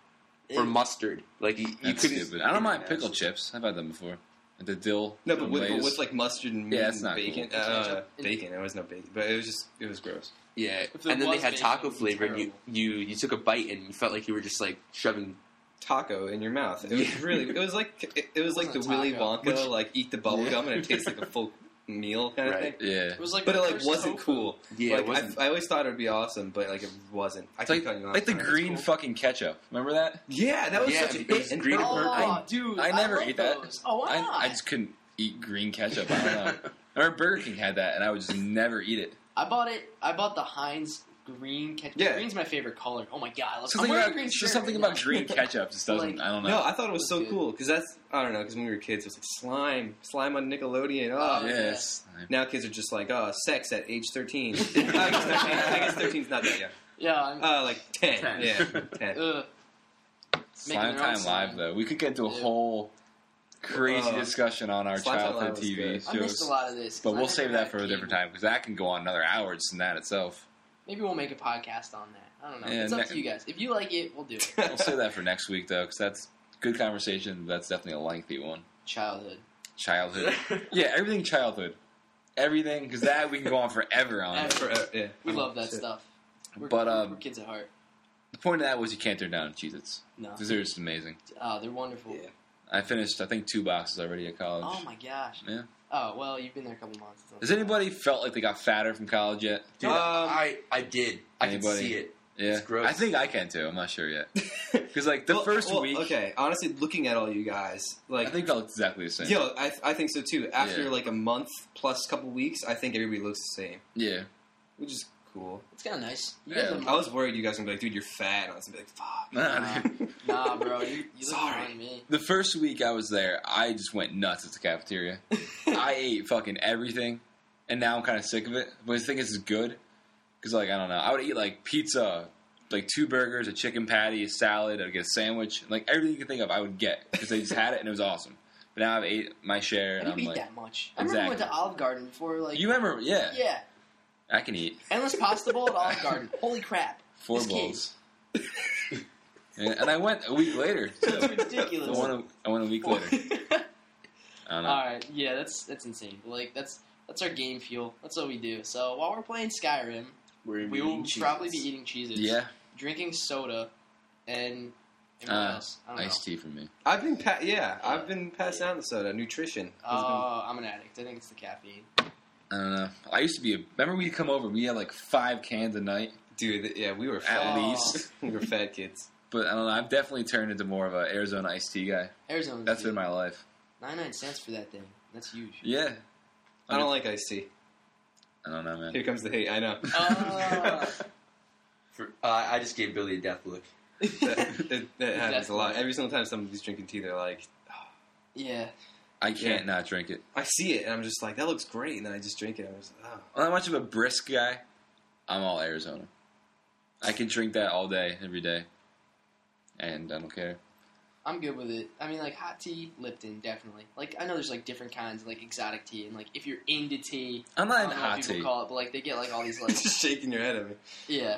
S8: or
S6: Ew.
S8: mustard. Like you, you
S1: That's
S8: couldn't.
S1: stupid. I don't mind
S8: Yeah.
S1: pickle chips. I've had them before. With The dill.
S5: No, but
S1: and
S5: with, but
S1: Lay's.
S5: with like mustard and meat
S1: Yeah, that's
S5: and
S1: not
S5: bacon,
S1: cool.
S5: uh,
S6: Ketchup.
S5: bacon. There was no bacon, but it was just it was gross.
S8: Yeah,
S6: If there
S8: and then they
S6: was
S8: had
S6: bacon, it
S8: taco
S6: was
S8: flavor, and you,
S6: terrible.
S8: you you took a bite, and you felt like you were just like shoving.
S5: Taco in your mouth. It was
S8: Yeah.
S5: really. It was like it, it was like the
S6: wasn't a
S5: Willy
S6: taco.
S5: Wonka, like eat the bubble gum and it tastes like a full meal kind of
S8: Right.
S5: thing.
S1: yeah.
S6: It was like
S5: But
S6: the
S5: it like
S6: first
S5: wasn't
S6: tofu.
S5: cool.
S8: Yeah, it
S5: like,
S8: wasn't.
S5: I, I always thought it would be awesome, but like it wasn't. I
S1: It's like,
S5: keep telling you,
S1: like the
S5: off.
S1: green fucking ketchup. Remember that?
S5: Yeah, that was
S8: Yeah,
S5: such a
S8: it
S5: hit.
S8: was
S5: and
S8: green
S5: purple.
S8: and purple.
S6: Oh, dude,
S1: I never
S6: love
S1: ate that.
S6: those. Oh, why not?
S1: I, I just couldn't eat green ketchup. I don't know. I remember Burger King had that, and I would just never eat it.
S6: I bought it. I bought the Heinz green ketchup.
S5: Yeah.
S6: Green's my favorite color. Oh my god, let's
S1: Something
S6: I'm wearing
S1: about,
S6: a green
S1: just
S6: shirt
S1: something
S6: right
S1: about
S6: now.
S1: green ketchup just doesn't.
S6: Like-
S1: I don't know.
S5: No, I thought it was so
S6: Looks Oh. good.
S5: cool because that's I don't know because when we were kids it was like slime, slime on Nickelodeon. Oh,
S6: Oh, yeah.
S1: yes.
S5: now kids are just like oh, sex at age thirteen. I guess 13 I guess thirteen's not that young.
S6: Yeah, I'm,
S5: Uh, like ten.
S8: Ten.
S5: Yeah, ten.
S6: ugh. Making
S1: Slime
S6: their own
S1: Time Live,
S6: slime.
S1: though. We could get into a
S6: Yeah.
S1: whole crazy
S5: Uh,
S1: discussion on our
S5: Slime Time Live
S1: childhood
S5: was
S1: TV
S5: good.
S6: I missed a
S1: shows.
S6: lot of this. 'cause
S1: But
S6: I
S1: we'll
S6: never
S1: save that
S6: had
S1: for a different
S6: cable.
S1: time because that can go on another hour just in that itself.
S6: Maybe we'll make a podcast on that. I don't know.
S1: Yeah,
S6: it's up
S1: ne-
S6: to you guys. If you like it, we'll do it.
S1: We'll save that for next week, though, because that's good conversation. But that's definitely a lengthy one.
S6: Childhood.
S1: Childhood. yeah, everything childhood. Everything, because that we can go on Um, forever on.
S6: Ever.
S5: Forever, yeah.
S6: We
S5: Oh,
S6: love that
S5: shit.
S6: stuff. We're,
S1: But,
S6: we're-
S1: um,
S6: we're kids at heart.
S1: The point of that was you can't turn down Cheez-Its.
S6: No,
S1: Because they're just amazing.
S6: oh, they're wonderful.
S5: Yeah.
S1: I finished, I think, two boxes already at college.
S6: Oh my gosh.
S1: Yeah.
S6: Oh well, you've been there a couple months. so-
S1: Has anybody felt like they got fatter from college yet?
S8: Dude,
S5: Um,
S8: I I did. I could
S1: anybody?
S8: see it.
S1: Yeah,
S8: It's gross.
S1: I think I can too. I'm not sure yet. Because like the
S5: Well,
S1: first
S5: well,
S1: week,
S5: Okay, honestly, looking at all you guys, like
S1: I think I looked exactly the same.
S5: Yo, I, I think so too. After
S1: Yeah.
S5: like a month plus couple weeks, I think everybody looks the same,
S1: Yeah,
S5: which is cool.
S6: It's kind of nice. You
S1: Yeah.
S6: guys
S5: I
S6: are,
S5: was worried you guys were gonna be like, dude, you're fat. And I was gonna be like, fuck.
S1: Nah, dude.
S6: nah, bro. You, you look
S5: Sorry.
S6: behind me.
S1: the first week I was there, I just went nuts at the cafeteria. I ate fucking everything, and now I'm kind of sick of it. But I think it's good because like I don't know, I would eat like pizza, like two burgers, a chicken patty, a salad, I'd get a sandwich, like everything you can think of, I would get because they just had it and it was awesome. But now I've ate my share,
S6: I
S1: and
S6: didn't
S1: I'm
S6: eat
S1: like,
S6: that much. I remember we went to
S1: Exactly.
S6: Olive Garden before, like
S1: you remember? Yeah,
S6: yeah,
S1: I can eat
S6: endless pasta bowl at Olive Garden. Holy crap!
S1: four
S6: This kid-
S1: bowls. and, and I went a week later. Too.
S6: That's
S1: I
S6: ridiculous.
S1: went a, I went a week later. I don't know.
S6: All right, yeah, that's that's insane. Like that's that's our game fuel. That's what we do. So while we're playing Skyrim, we will probably be eating cheeses,
S1: Yeah,
S6: drinking soda, and, and what
S1: Uh,
S6: else? I don't
S1: iced tea for me.
S5: I've been pa- yeah, I've been passing out the soda. Nutrition.
S6: know. Uh, I'm an addict. I think it's the caffeine.
S1: I don't know. I used to be. A, remember, we'd come over. We had like five cans a night,
S5: dude, th- yeah, we were
S1: at
S6: Oh.
S5: fat.
S1: least.
S5: we were fat kids.
S1: But I don't know. I've definitely turned into more of a Arizona iced tea guy.
S6: Arizona.
S1: That's been my life.
S6: nine nine cents for that thing. That's huge.
S1: Yeah.
S5: I don't like iced tea.
S1: I don't know, man.
S5: Here comes the hate. I know.
S6: Uh,
S8: For, uh, I just gave Billy a death look.
S5: that, that, that happens a lot. Every single time somebody's drinking tea, they're like,
S6: yeah,
S1: I can't
S5: Yeah.
S1: not drink it.
S5: I see it, and I'm just like, that looks great, and then I just drink it. and I'm just, oh.
S1: I'm not much of a brisk guy. I'm all Arizona. I can drink that all day, every day, and I don't care.
S6: I'm good with it. I mean, like hot tea, Lipton, definitely. Like I know there's like different kinds, like exotic tea, and like if you're into tea,
S1: I'm not
S6: I don't
S1: into
S6: know what
S1: hot
S6: people
S1: tea.
S6: call it, but like they get like all these like
S5: just shaking your head at me.
S6: yeah,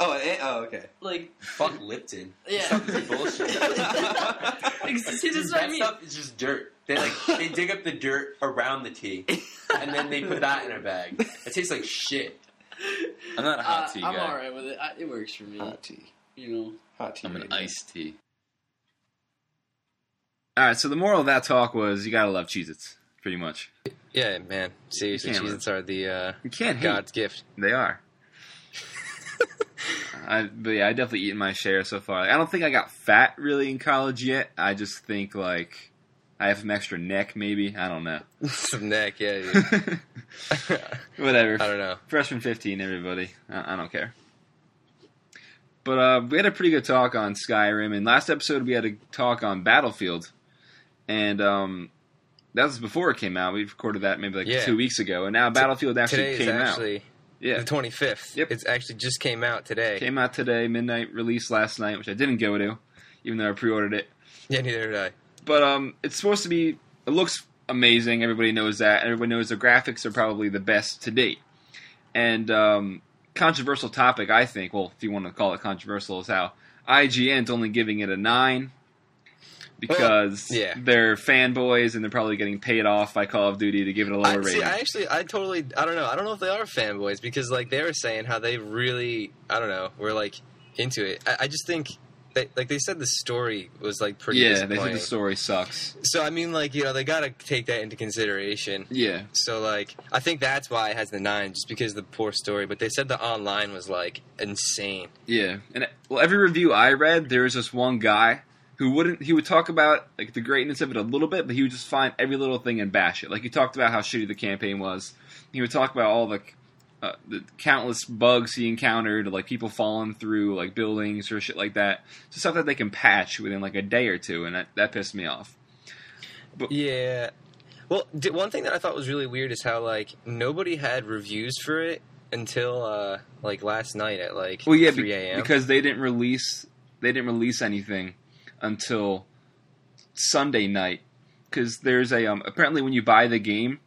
S5: Oh, eh, oh, okay.
S6: like
S8: Fuck Lipton.
S6: yeah.
S8: Stuff is bullshit.
S6: See, this is what I
S8: that
S6: mean.
S8: stuff is just dirt. They like they dig up the dirt around the tea, and then they put that in a bag. It tastes like shit.
S1: I'm not a hot
S6: Uh,
S1: tea
S6: I'm
S1: guy.
S6: all right with it. I, it works for me.
S5: Hot tea.
S6: You know.
S5: Hot tea.
S1: I'm an
S5: radio.
S1: iced tea. All right, so the moral of that talk was you gotta love Cheez-Its, pretty much.
S4: Yeah, man. Seriously,
S1: You can't
S4: Cheez-Its are the uh,
S1: You can't hate.
S4: God's gift.
S1: They are. I, but yeah, I definitely eaten my share so far. I don't think I got fat really in college yet. I just think like I have some extra neck, maybe. I don't know.
S4: Some neck, yeah. dude. I
S1: Whatever.
S4: don't know.
S1: Freshman 15, everybody. I, I don't care. But uh, we had a pretty good talk on Skyrim, and last episode we had a talk on Battlefield, and um, that was before it came out. We recorded that maybe like
S4: Yeah.
S1: two weeks ago, and now Battlefield actually
S4: Today is
S1: came out.
S4: actually
S1: Yeah,
S4: the 25th.
S1: Yep.
S4: It's actually just came out today.
S1: came out today, midnight release last night, which I didn't go to, even though I pre-ordered it.
S4: Yeah, neither did I.
S1: But um, it's supposed to be. It looks amazing. Everybody knows that. Everyone knows the graphics are probably the best to date. And um, controversial topic, I think. Well, if you want to call it controversial, is how IGN's only giving it a nine because
S4: Well, yeah.
S1: they're fanboys and they're probably getting paid off by Call of Duty to give it a lower
S4: I, see,
S1: rating.
S4: I actually, I totally, I don't know. I don't know if they are fanboys because, like, they were saying how they really, I don't know, were like into it. I, I just think, they, like, they said the story was like pretty.
S1: yeah, they said
S4: disappointing.
S1: the story sucks.
S4: So I mean, like, you know, they gotta take that into consideration.
S1: Yeah,
S4: So like, I think that's why it has the nine, just because of the poor story. But they said the online was like insane.
S1: Yeah, and uh, well, every review I read, there was just one guy who wouldn't. He would talk about like the greatness of it a little bit, but he would just find every little thing and bash it. Like he talked about how shitty the campaign was. He would talk about all the uh, the countless bugs he encountered, like people falling through like buildings or shit like that. So stuff that they can patch within like a day or two, and that, that pissed me off.
S4: Yeah. Well, di- one thing that I thought was really weird is how like nobody had reviews for it until uh like last night at like
S1: Well, yeah, be-
S4: 3 a.m.
S1: because they didn't release they didn't release anything until Sunday night. Because there's a um, apparently when you buy the game,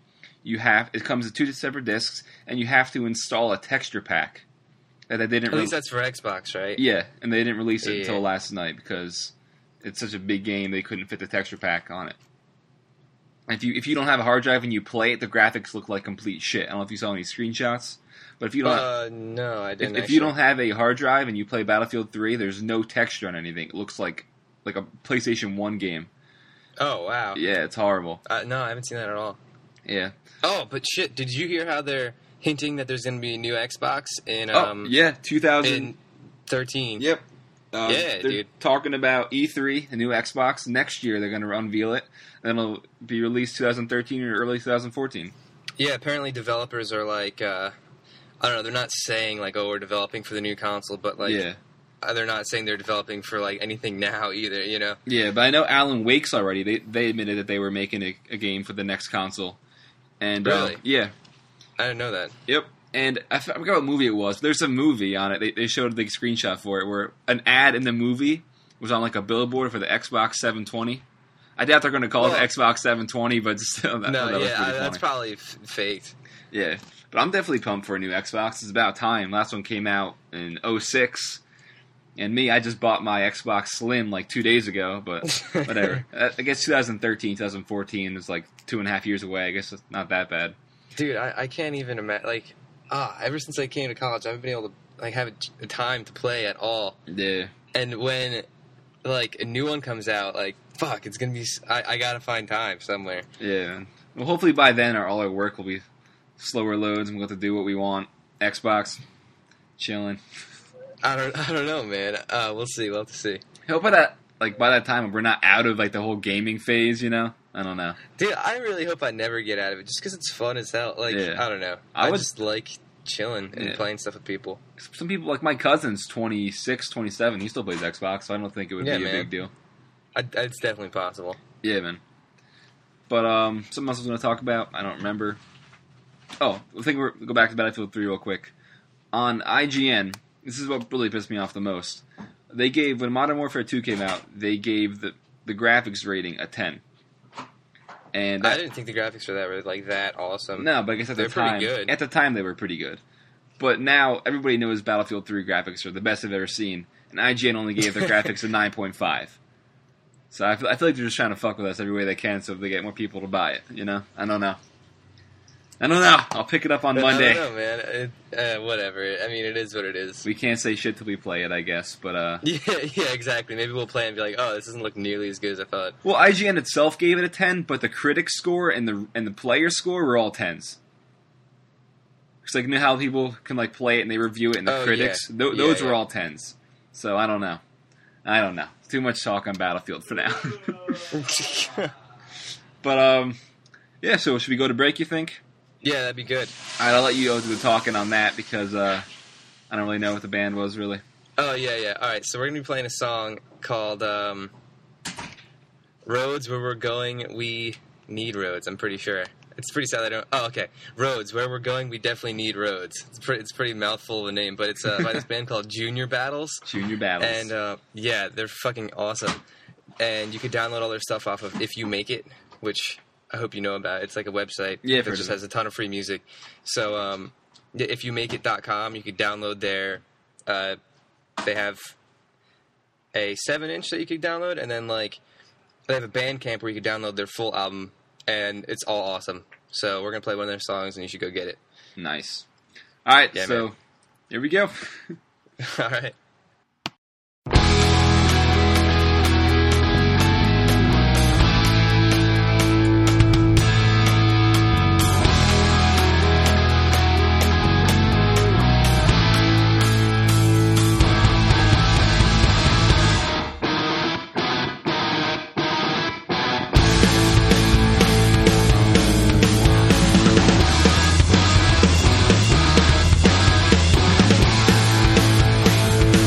S1: you have it comes in two separate discs, and you have to install a texture pack that they didn't.
S4: at least
S1: re-
S4: that's for Xbox, right?
S1: yeah, and they didn't release it
S4: Yeah.
S1: until last night because it's such a big game they couldn't fit the texture pack on it. If you if you don't have a hard drive and you play it, the graphics look like complete shit. I don't know if you saw any screenshots, but if you don't,
S4: Uh, no, I
S1: if,
S4: didn't.
S1: if you
S4: actually.
S1: don't have a hard drive and you play Battlefield 3, there's no texture on anything. It looks like like a PlayStation 1 game.
S4: Oh wow.
S1: Yeah, it's horrible.
S4: Uh, no, I haven't seen that at all.
S1: Yeah.
S4: Oh, but shit! Did you hear how they're hinting that there's going to be a new Xbox in um
S1: oh, yeah, 2000.
S4: in thirteen?
S1: yep. Um,
S4: Yeah,
S1: they're
S4: dude.
S1: talking about E3, the new Xbox. Next year they're going to unveil it, and it'll be released 2013 or early 2014.
S4: Yeah, apparently developers are like, uh, I don't know, they're not saying like, oh, we're developing for the new console, but like,
S1: yeah,
S4: uh, they're not saying they're developing for like anything now either, you know?
S1: yeah. But I know Alan Wake's already. They they admitted that they were making a, a game for the next console, and uh,
S4: Really?
S1: yeah,
S4: I didn't know that.
S1: Yep. And I f- I forgot what movie it was. There's a movie on it. They, they showed a big screenshot for it where an ad in the movie was on like a billboard for the Xbox 720. I doubt they're going to call it
S4: Well-
S1: the Xbox 720, but still, that,
S4: no,
S1: that was
S4: yeah, I,
S1: pretty
S4: that's
S1: funny.
S4: probably f- faked.
S1: yeah. But I'm definitely pumped for a new Xbox. It's about time. Last one came out in 06. And me, I just bought my Xbox Slim like two days ago, but whatever. I I guess 2013, 2014 is like two and a half years away. I guess it's not that bad.
S4: Dude, I, I can't even imagine. Like, ah, ever since I came to college, I haven't been able to like have a, a time to play at all.
S1: Yeah.
S4: And when like a new one comes out, like, fuck, it's gonna be. s- I, I gotta find time somewhere.
S1: Yeah. Well, hopefully by then our all our work will be slower loads and we'll have to do what we want. Xbox, chilling.
S4: I don't, I don't know, man. Uh, we'll see. We'll have to see.
S1: Hope by that like by that time we're not out of like the whole gaming phase. You know, I don't know.
S4: Dude, I really hope I never get out of it just because it's fun as hell. Like,
S1: Yeah.
S4: I don't know.
S1: I
S4: I,
S1: would-
S4: just like chilling and
S1: Yeah.
S4: playing stuff with people.
S1: Some people like my cousin's 26, 27, He still plays Xbox, so I don't think it would
S4: Yeah,
S1: be a
S4: man.
S1: big deal.
S4: I, it's definitely possible.
S1: Yeah, man. But um, something else I was going to talk about. I don't remember. Oh, I think we're go back to Battlefield Three real quick. On IGN, this is what really pissed me off the most. They gave when Modern Warfare Two came out, they gave the the graphics rating a ten. And
S4: I
S1: that,
S4: didn't think the graphics were that were like that awesome.
S1: no, but I guess at the
S4: They're pretty
S1: time,
S4: good.
S1: at the time they were pretty good. But now everybody knows Battlefield Three graphics are the best I've ever seen, and IGN only gave their graphics a nine point five. So I feel, I feel like they're just trying to fuck with us every way they can, so they get more people to buy it. You know, I don't know. I don't know. I'll pick it up on
S4: I don't
S1: Monday.
S4: know, man. It, uh, whatever. I mean, it is what it is.
S1: We can't say shit till we play it, I guess. But uh,
S4: Yeah, yeah, exactly. Maybe we'll play and be like, oh, this doesn't look nearly as good as I thought.
S1: well, IGN itself gave it a ten, but the critic score and the and the player score were all tens. It's like you know how people can like play it and they review it, and the
S4: Oh,
S1: critics
S4: yeah.
S1: tho-
S4: Yeah,
S1: those were
S4: yeah.
S1: all tens. So I don't know. I don't know. Too much talk on Battlefield for now. but um, yeah. So should we go to break? You think?
S4: yeah, that'd be good.
S1: All right, I'll let you go do the talking on that because uh, I don't really know what the band was really.
S4: Oh yeah, yeah. All right, so we're gonna be playing a song called um, "Roads Where We're Going." We need roads. I'm pretty sure. It's pretty sad I don't. Oh, okay. Roads where we're going, we definitely need roads. It's pretty. It's pretty mouthful of a name, but it's uh, by this band called Junior Battles.
S1: Junior battles.
S4: And uh, yeah, they're fucking awesome. And you could download all their stuff off of If You Make It, which I hope you know about. It's like a website
S1: Yeah, I've
S4: that
S1: heard
S4: just
S1: of it.
S4: has a ton of free music. So um, yeah, ifyoumakeit.com, you could download their. Uh, they have a seven inch that you could download, and then like they have a Bandcamp where you could download their full album, and it's all awesome. So we're gonna play one of their songs, and you should go get it.
S1: nice. All right,
S4: Yeah,
S1: so here we go.
S4: all right.
S3: Thank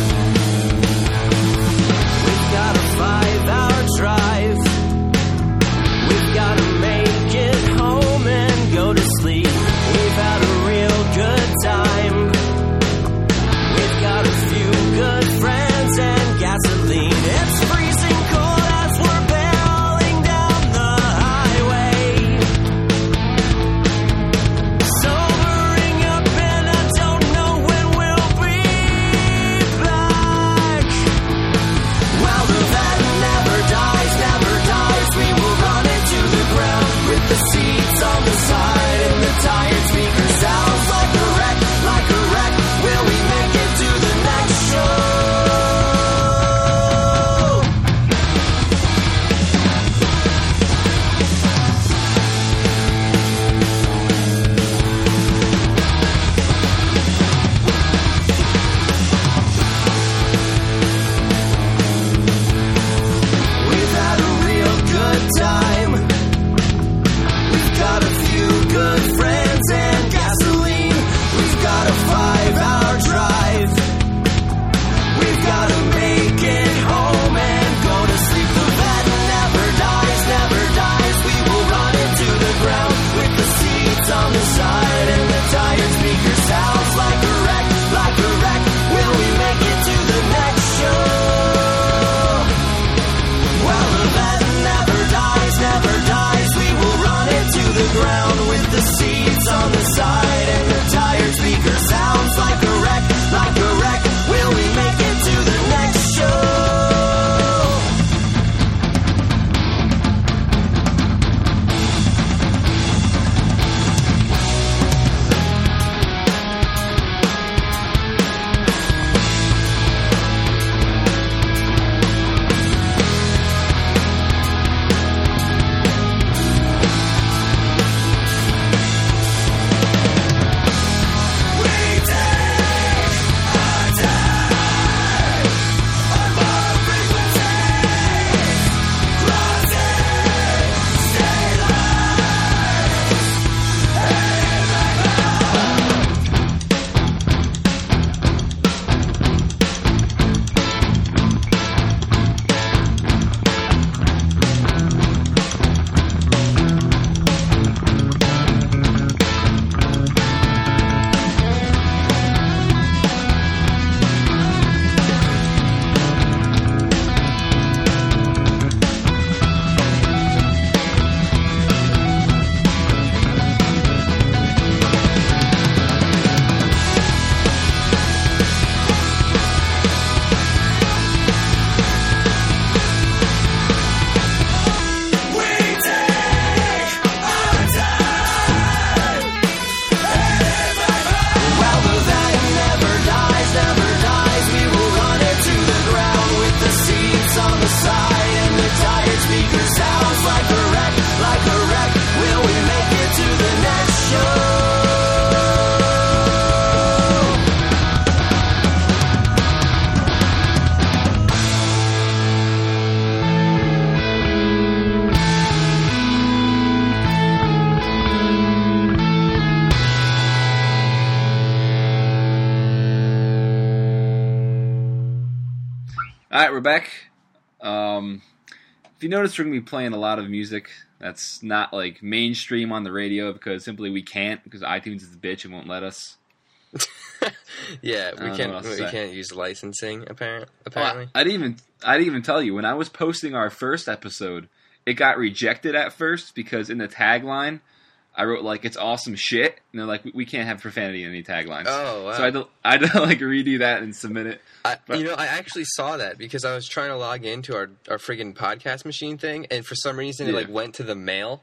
S9: All right, we're back. Um, if you notice, we're going to be playing a lot of music that's not like mainstream on the radio because simply we can't because iTunes is a bitch and won't let us.
S4: Yeah,
S9: don't know
S4: we
S9: what
S4: can't
S9: else to
S4: we
S9: say.
S4: can't use licensing apparent
S9: Well,
S4: apparently.
S9: I, I'd even I'd even tell you when I was posting our first episode, it got rejected at first because in the tagline, I wrote like "it's awesome shit," and they're like, "We, we can't have profanity in any taglines."
S4: Oh, wow.
S9: so I had to I had to like redo that and submit it.
S4: I,
S9: But-
S4: you know, I actually saw that because I was trying to log into our our friggin' podcast machine thing, and for some reason it
S9: Yeah.
S4: like went to the mail,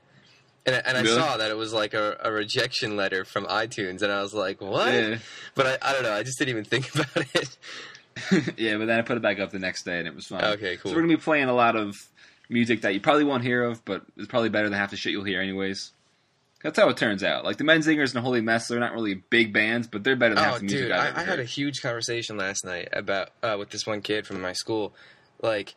S4: and I- and I
S9: Really?
S4: saw that it was like a, a rejection letter from iTunes, and I was like, what?
S9: Yeah.
S4: But I, I don't know. I just didn't even think about it.
S9: yeah, but then I put it back up the next day and it was fine.
S4: Okay, cool.
S9: So we're gonna be playing a lot of music that you probably won't hear of, but it's probably better than half the shit you'll hear anyways. That's how it turns out. Like the Menzingers and the Holy Mess, they're not really big bands, but they're better than
S4: Oh,
S9: half the music
S4: dude,
S9: I've
S4: I,
S9: ever
S4: I had
S9: heard.
S4: a huge conversation last night about uh, with this one kid from my school. Like,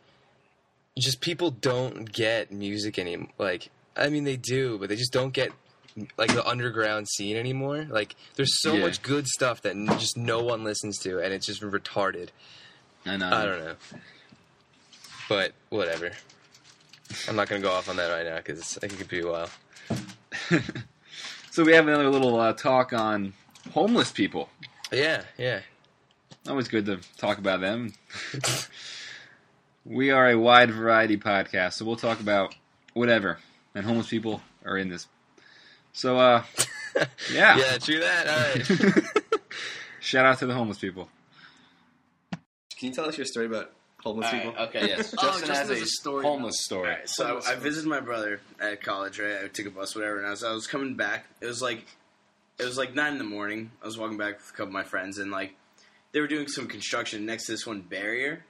S4: just people don't get music anymore. Like, I mean, they do, but they just don't get like the underground scene anymore. Like, there's so
S9: Yeah.
S4: much good stuff that n- just no one listens to, and it's just retarded.
S9: I know.
S4: I don't know, but whatever. I'm not gonna go off on that right now because it could be a while.
S9: So we have another little uh, talk on homeless people.
S4: Yeah, yeah.
S9: Always good to talk about them. we are a wide variety podcast, so we'll talk about whatever. And homeless people are in this. So, uh, yeah.
S4: Yeah, true that. All right.
S9: Shout out to the homeless people.
S5: Can you tell us your story about homeless
S8: All right,
S5: people?
S8: okay, yes.
S6: Oh, Justin has a story.
S1: Homeless story.
S8: All right, so I, I visited my brother at college. Right, I took a bus, whatever, and as I was coming back, it was like it was like nine in the morning. I was walking back with a couple of my friends, and like they were doing some construction next to this one barrier.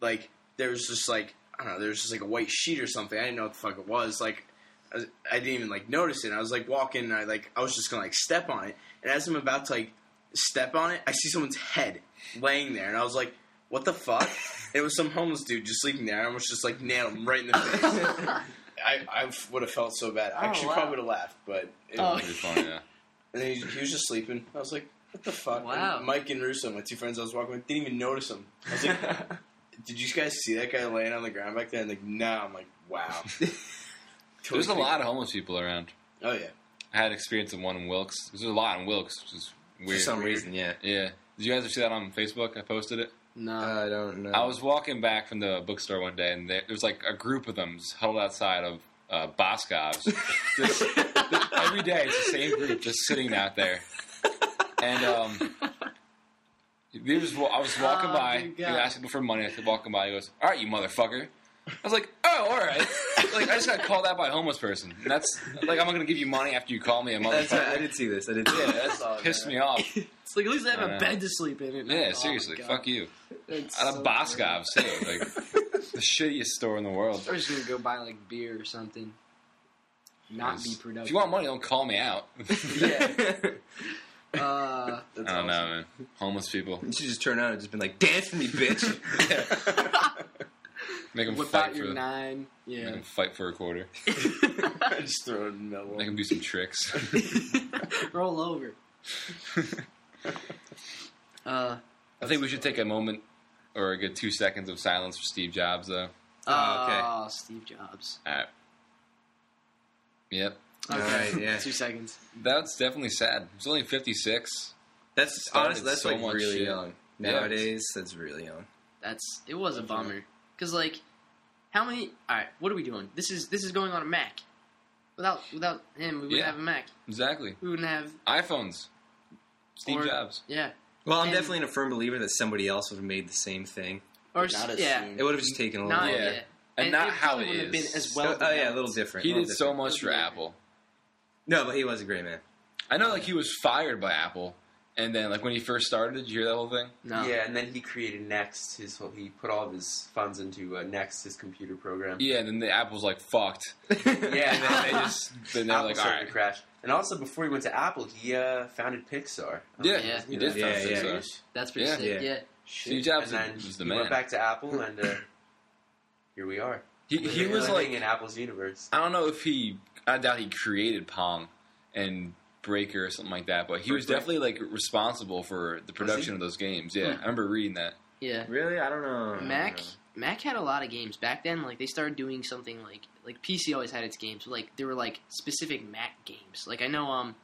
S8: Like there was just like I don't know, there was just like a white sheet or something. I didn't know what the fuck it was. Like I, was- I didn't even like notice it. I was like walking, and I like I was just gonna like step on it, and as I'm about to like step on it, I see someone's head laying there, and I was like, "What the fuck?" it was some homeless dude just sleeping there. I almost just like nailed him right in the face. I, I would have felt so bad. I
S6: Oh,
S8: actually
S6: wow.
S8: probably would have laughed, but it
S6: Oh.
S8: was and then he, he was just sleeping. I was like, "What the fuck?"
S6: Wow.
S8: And Mike and Russo, my two friends I was walking with, didn't even notice him. I was like, "Did you guys see that guy laying on the ground back there?" And like, "No." I'm like, "Wow."
S1: There's a lot of homeless people around.
S8: Oh yeah.
S1: I had experience in one in Wilkes. There's a lot in Wilkes, which is
S5: For
S1: weird.
S5: some reason, yeah.
S1: Yeah. Did you guys ever see that on Facebook? I posted it.
S6: No.
S5: I don't know.
S1: I was walking back from the bookstore one day, and there, there was like a group of them just huddled outside of uh, Boscov's. Just- every day, it's the same group just sitting out there. And um, they were just, wa- I was walking
S6: Oh,
S1: by,
S6: my
S1: they
S6: God.
S1: were asking me for money. I kept walking by, he goes, All right, you motherfucker. I was like, Oh, all right. like, I just got called out by a homeless person. And that's like, I'm not going to give you money after you call me a
S5: That's
S1: motherfucker.
S5: right. I did see this. I did see
S1: Yeah,
S5: this.
S1: that's pissed me off.
S6: It's like at least I have
S1: I
S6: a
S1: know.
S6: bed to sleep in. And
S1: Uh,
S6: Oh
S1: Yeah, seriously, fuck you. Out of Boscov's too, like the shittiest store in the world.
S6: We're just gonna go buy like beer or something. Not be productive.
S1: If you want money, don't call me out.
S6: uh,
S1: I don't know, man. Homeless people
S5: You should just turn out and just been like, dance for me, bitch.
S1: make them
S6: whip
S1: fight
S6: out
S1: for
S6: your
S1: make
S6: nine. Yeah.
S1: 'em fight for a quarter.
S8: I just throw it in the middle.
S1: Make them do some tricks.
S6: Roll over. uh,
S1: I think we should take a moment or a good two seconds of silence for Steve Jobs, though.
S5: Oh,
S6: oh, Steve Jobs.
S1: All right. Yep,
S5: All right, yeah.
S6: Two seconds.
S1: that's definitely sad. He's only 56.
S5: That's
S1: Started
S5: honestly, that's
S1: so
S5: like
S1: much
S5: really
S1: shit.
S5: young.
S1: Yeah.
S5: Nowadays, that's really young.
S6: That's it was a bummer. Cause like, how many? All right, what are we doing? This is this is going on a Mac. Without without him, we wouldn't
S1: Yeah.
S6: have a Mac.
S1: Exactly.
S6: We wouldn't have.
S1: iPhones. Steve
S6: or-
S1: Jobs.
S6: Yeah.
S5: Well, I'm
S6: And-
S5: definitely a firm believer that somebody else would have made the same thing.
S6: Or
S8: Not
S6: s-
S8: as
S6: yeah.
S8: soon.
S5: It would have just taken a little.
S6: Not
S1: Yeah.
S6: yet.
S1: And not
S6: it
S1: how
S6: probably
S1: it
S6: wouldn't have
S1: is.
S6: Been as well.
S5: Oh, oh, yeah, a
S6: developed.
S5: little different.
S1: He
S5: a little
S1: did so
S5: different.
S1: much for Apple.
S5: No, but he was a great man.
S1: I know, like he was fired by Apple, and then like when he first started, did you hear that whole thing?
S6: No.
S10: Yeah, and then he created Next. His whole, he put all of his funds into uh, Next, his computer program.
S1: Yeah, and then the Apple's like fucked.
S10: Yeah,
S1: And then they just then they're
S10: Apple
S1: like, all
S10: started
S1: right,
S10: to crash. And also, before he went to Apple, he uh, founded Pixar. I don't
S1: yeah,
S10: know if
S1: he
S10: you
S1: did
S10: guys
S5: Yeah,
S1: found
S5: yeah.
S10: knew
S1: Pixar.
S10: that.
S6: That's pretty
S1: Yeah.
S6: sick.
S5: Yeah.
S6: Yeah.
S1: Steve Jobs
S10: and then
S1: was the
S10: he
S1: man.
S10: went back to Apple, and uh, here we are.
S1: He, he
S10: We're
S1: was
S10: living
S1: like,
S10: in Apple's universe.
S1: I don't know if he, I doubt he created Pong and Breaker or something like that, but he was
S10: Breaker.
S1: definitely like responsible for the production of those games. Yeah, I remember reading that.
S6: Yeah.
S5: Really? I don't know.
S6: Mac Mac had a lot of games back then. Like they started doing something like like PC always had its games, but like there were like specific Mac games. Like I know um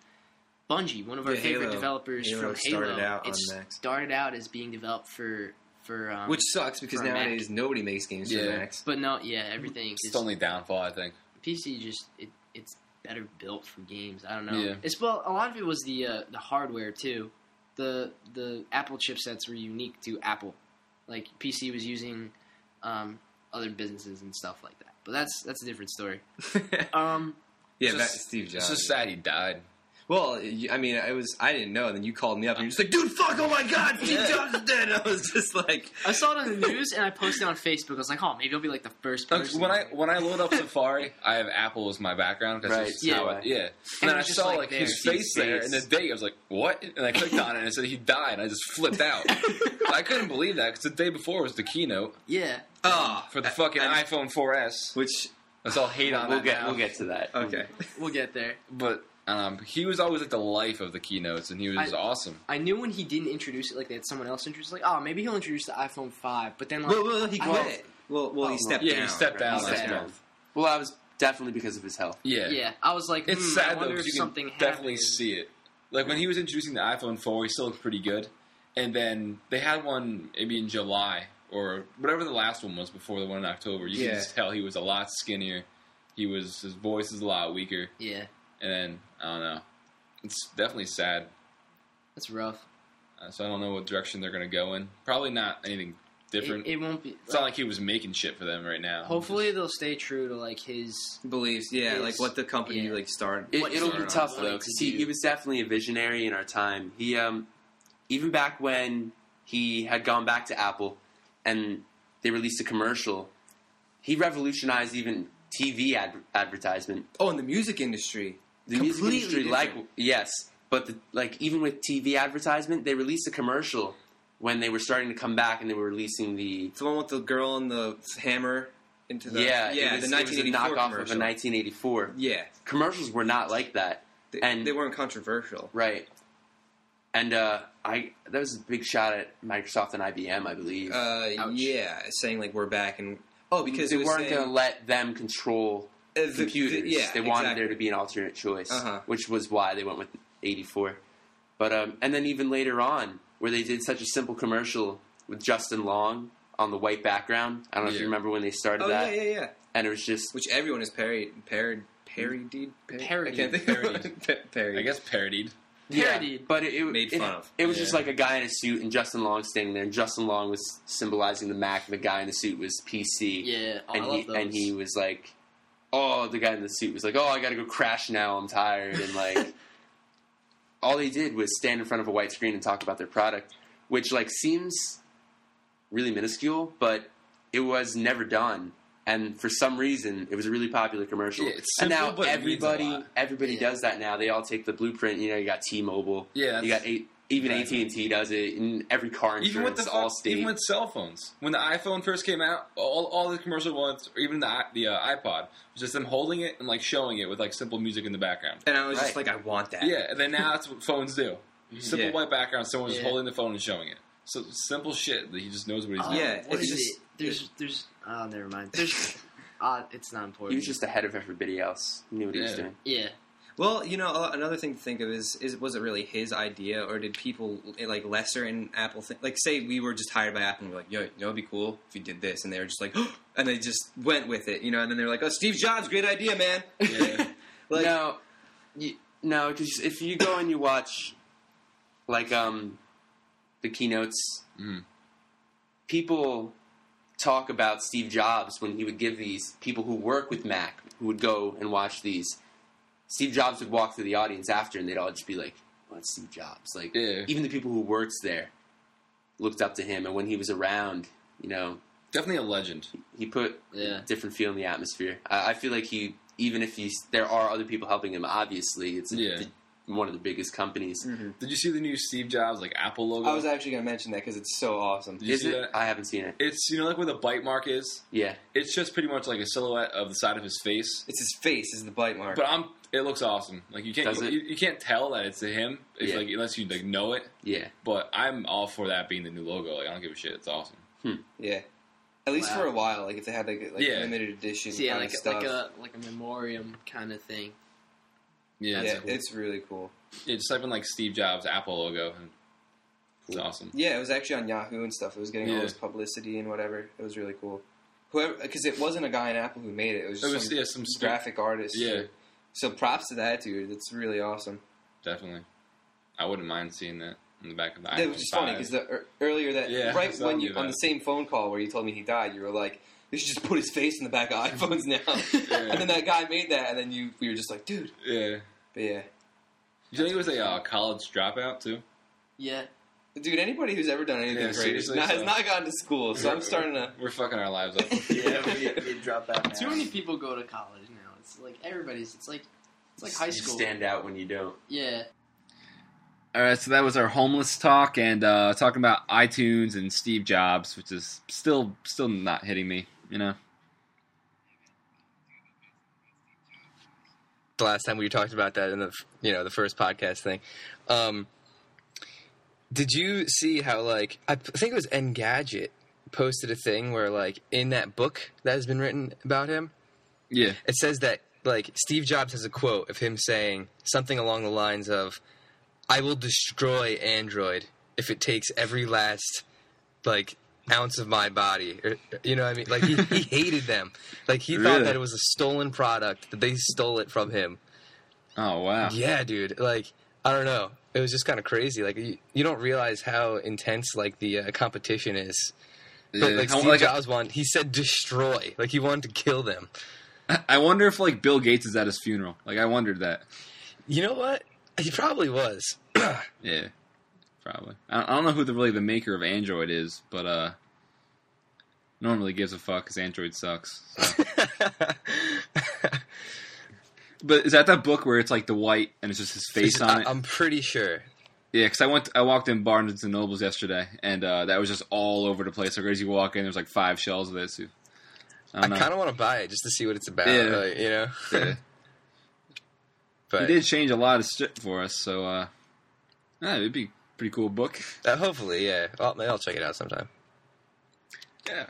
S6: Bungie, one of our
S5: Yeah,
S6: favorite
S5: Halo.
S6: developers
S5: Halo
S6: from Halo,
S5: started out
S6: it
S5: on Macs.
S6: started out as being developed for for um,
S5: Which sucks because
S6: For a Mac.
S5: nowadays nobody makes games for
S1: Yeah.
S5: Macs.
S6: but no, yeah, everything
S1: It's
S6: is
S1: the only downfall, I think.
S6: PC just it, it's better built for games. I don't know.
S1: Yeah.
S6: It's well, a lot of it was the uh, the hardware too. The the Apple chipsets were unique to Apple. Like PC was using um, other businesses and stuff like that. But that's that's a different story. Um,
S5: yeah,
S1: It's
S5: back
S1: just-
S5: to Steve Jobs.
S1: It's just sad he died.
S5: Well, you- I mean, I was I didn't know. And then you called me up and you're just like, dude, fuck, oh my god, Steve Jobs is dead. And I was just like,
S6: I saw it on the news and I posted it on Facebook. I was like, oh, maybe I'll be like the first
S1: Like,
S6: person.
S1: when I when I load up Safari, I have Apple as my background because
S8: Right,
S1: yeah,
S8: yeah.
S1: yeah. And, then I
S6: it's just
S1: saw
S6: like
S1: like his
S6: there.
S1: face there,
S8: face.
S1: and the date I was like, "What?" And I clicked on it, and it said he died. And I just flipped out. I couldn't believe that because the day before was the keynote
S6: yeah,
S5: ah,
S1: for the fucking iPhone 4S.
S5: which
S1: Let's all hate on
S8: We'll
S1: that
S8: get
S1: now.
S8: we'll get to that.
S5: okay,
S6: we'll get there.
S1: But um, he was always like the life of the keynotes, and he was
S6: I-
S1: just awesome.
S6: I knew when he didn't introduce it, like they had someone else introduce. Like, oh, maybe he'll introduce the iPhone five, but then like,
S5: well, well, he
S6: I
S5: quit.
S6: love-
S5: well, well, he stepped
S1: Yeah,
S5: down.
S1: he stepped down
S6: Mm-hmm. He
S1: last
S6: stepped
S1: month.
S8: Well, I was definitely because of his health.
S1: Yeah,
S6: yeah. I was like,
S1: It's
S6: hmm, I
S1: sad though
S6: wonder if
S1: because you can
S6: something
S1: definitely
S6: happened.
S1: see it. Like when he was introducing the iPhone 4, he still looked pretty good. And then they had one maybe in July or whatever the last one was before the one in October. You
S5: Yeah.
S1: can just tell he was a lot skinnier. He was his voice is a lot weaker.
S6: Yeah,
S1: And then I don't know. It's definitely sad.
S6: that's rough.
S1: Uh, so I don't know what direction they're going to go in. Probably not anything different.
S6: It, it won't be.
S1: it's not like he was making shit for them right now.
S6: hopefully, they'll stay true to like his.
S5: Believes, yeah,
S6: Yes.
S5: like what the company
S6: Yeah.
S5: like started.
S8: It,
S6: What
S8: it'll
S6: sort
S8: be
S6: of
S8: tough
S6: wanting
S8: though
S6: to
S8: because he,
S6: do.
S8: he was definitely a visionary in our time. He um, even back when he had gone back to Apple and they released a commercial, he revolutionized even TV ad- advertisement.
S5: Oh, in the music industry,
S8: The music
S5: Completely
S8: industry,
S5: different.
S8: like yes, but the, like even with TV advertisement, they released a commercial when they were starting to come back and they were releasing the
S5: it's the one with the girl and the hammer into the
S8: yeah
S5: yeah
S8: it was,
S5: the
S8: it was
S5: 1984
S8: a knockoff of
S5: commercial.
S8: a 1984.
S5: yeah,
S8: Commercials were not like that.
S5: they,
S8: And-
S5: they weren't controversial.
S8: Right. And uh, I that was a big shot at Microsoft and IBM, I believe.
S5: Uh,
S6: Ouch.
S5: yeah, saying like we're back and oh because
S8: they
S5: it was
S8: weren't
S5: saying-
S8: going to let them control
S5: Uh, the-
S8: computers.
S5: the- yeah,
S8: they wanted
S5: exactly.
S8: there to be an alternate choice,
S5: Uh-huh.
S8: which was why they went with 84. But um, and then even later on, where they did such a simple commercial with Justin Long on the white background. I don't know if
S1: Yeah.
S8: you remember when they started
S5: Oh
S8: that,
S5: yeah, yeah, yeah.
S8: and it was just
S5: Which everyone has parried, parried, parodied, par-
S6: Parodied.
S5: I can't think of it. parodied.
S1: I guess parodied.
S6: Parodied.
S8: Yeah, but it, it
S5: Made
S8: it-
S5: fun of.
S8: It was just
S1: Yeah.
S8: like a guy in a suit and Justin Long standing there, and Justin Long was symbolizing the Mac. The guy in the suit was PC.
S6: Yeah, oh,
S8: and
S6: I love
S8: he
S6: those.
S8: and he was like, oh, the guy in the suit was like, oh, I got to go crash now. I'm tired, and like, all they did was stand in front of a white screen and talk about their product, which like seems really minuscule, but it was never done. And for some reason, it was a really popular commercial.
S1: Yeah, it's
S8: and
S1: simple,
S8: now
S1: but it means a
S8: everybody
S1: lot.
S8: everybody
S6: Yeah.
S8: does that now. They all take the blueprint. You know, you got T-Mobile.
S1: Yeah,
S8: you
S1: that's-
S8: got eight, even
S1: Exactly.
S8: AT and T does it, and every car insurance,
S1: even with the
S8: all
S1: even with cell phones. When the iPhone first came out, all, all the commercial ones, or even the i- the uh, iPod, was just them holding it and like showing it with like simple music in the background.
S5: And I was just
S8: Right.
S5: like, I want that.
S1: Yeah, and then now that's what phones do. Simple
S5: Yeah.
S1: white background, someone's just
S6: Yeah.
S1: holding the phone and showing it. So simple shit that he just knows what he's
S6: Oh,
S1: doing.
S5: Yeah,
S6: what
S5: it's
S6: is
S5: just-
S6: it? There's there's oh never mind. There's uh, it's not important.
S8: he was just ahead of everybody else. He knew what he was
S1: Yeah.
S8: doing.
S6: yeah.
S5: Well, you know, uh, another thing to think of is, is was it really his idea, or did people eh, like lesser in Apple think? Like, say we were just hired by Apple, and we're like, yo, you know, it'd be cool if you did this, and they were just like, and they just went with it, you know, and then they were like, oh, Steve Jobs, great idea, man.
S1: Yeah.
S5: like,
S8: no, you, no, because if you go and you watch, like, um, the keynotes,
S1: Mhm.
S8: people talk about Steve Jobs when he would give these people who work with Mac who would go and watch these. Steve Jobs would walk through the audience after, and they'd all just be like, "What's Steve Jobs?" Like,
S1: Yeah.
S8: even the people who worked there looked up to him, and when he was around, you know,
S1: Definitely a legend.
S8: he put
S6: Yeah.
S8: a different feel in the atmosphere. I, I feel like he, even if he's, there are other people helping him. Obviously, it's a
S1: Yeah.
S8: d- one of the biggest companies.
S1: Did you see the new Steve Jobs like Apple logo?
S5: I was actually going to mention that because it's so awesome.
S1: Did you
S8: Is
S1: see
S8: it?
S1: that?
S8: I haven't seen it.
S1: It's you know like where the bite mark is.
S8: Yeah,
S1: It's just pretty much like a silhouette of the side of his face.
S5: It's his face is the bite mark.
S1: But I'm. It looks awesome. Like you can't
S8: Does
S1: you,
S8: it?
S1: you, can't tell that it's him if,
S8: Yeah.
S1: like unless you like know it.
S8: yeah.
S1: But I'm all for that being the new logo. Like I don't give a shit. It's awesome.
S5: yeah. At least
S6: Wow.
S5: for a while, like if they had like, a- like
S1: Yeah.
S5: limited edition
S6: yeah,
S5: kind
S6: like
S5: of stuff.
S6: like a like a memoriam kind of thing.
S1: Yeah,
S5: yeah,
S1: it's, cool.
S5: it's really cool.
S1: Yeah, just type in like Steve Jobs Apple logo. And it's awesome.
S5: Yeah, it was actually on Yahoo and stuff. It was getting all
S1: Yeah.
S5: this publicity and whatever. It was really cool. Whoever, because it wasn't a guy in Apple who made it. It was
S1: It
S5: just
S1: was
S5: some
S1: yeah, some stuff.
S5: graphic artist.
S1: Yeah,
S5: So props to that dude. It's really awesome.
S1: definitely. I wouldn't mind seeing that in the back of the
S5: That
S1: iPhone
S5: was just funny
S1: 5.
S5: because the ear- earlier that
S1: Yeah, I
S5: right
S1: saw
S5: when
S1: you
S5: you on
S1: about
S5: the same phone call where you told me he died, you were like, "They should just put his face in the back of iPhones now." And then that guy made that, and then you we were just like, "Dude."
S1: yeah.
S5: But yeah,
S1: You think it was a uh, college dropout too?
S6: Yeah,
S5: dude, anybody who's ever done anything
S1: Yeah,
S5: great
S1: seriously,
S5: has
S1: so-
S5: not gone to school, so I'm starting to.
S1: We're fucking our lives up.
S11: yeah, we, we drop out.
S6: too many people go to college now. It's like everybody's. It's like it's like high
S8: You
S6: school.
S8: stand out when you don't.
S6: Yeah,
S1: All right, so that was our homeless talk and uh, talking about iTunes and Steve Jobs, which is still still not hitting me. You know,
S4: the last time we talked about that in the f- you know the first podcast thing. Um, did you see how like I p- think it was Engadget posted a thing where like in that book that has been written about him,
S1: yeah,
S4: it says that like Steve Jobs has a quote of him saying something along the lines of, "I will destroy Android if it takes every last like." ounce of my body or, you know what i mean like he, he hated them like he thought
S1: Really?
S4: that it was a stolen product that they stole it from him
S1: oh wow,
S4: yeah, dude. Like, I don't know. It was just kind of crazy. Like, you, you don't realize how intense like the uh, competition is. But
S1: Yeah.
S4: like
S1: I,
S4: Steve
S1: like,
S4: Jobs won. He said destroy. Like he wanted to kill them.
S1: I wonder if like Bill Gates is at his funeral. Like I wondered that.
S4: You know what? He probably was.
S1: Yeah, probably. I, I don't know who the really the maker of Android is, but uh, no one really gives a fuck because Android sucks. so. but is that that book where it's like the white and it's just his face on it?
S4: I, am pretty sure.
S1: Yeah, because I went, I walked in Barnes and Nobles yesterday, and uh, that was just all over the place. Like as you walk in, there's like five shelves of this. I
S4: I
S1: don't know.
S4: kind of want to buy it just to see what it's about.
S1: Yeah.
S4: like, you know.
S1: Yeah.
S4: But
S1: He did change a lot of shit for us, so uh, yeah, it'd be a pretty cool book.
S4: uh, hopefully, yeah. I'll, I'll check it out sometime.
S1: Yeah.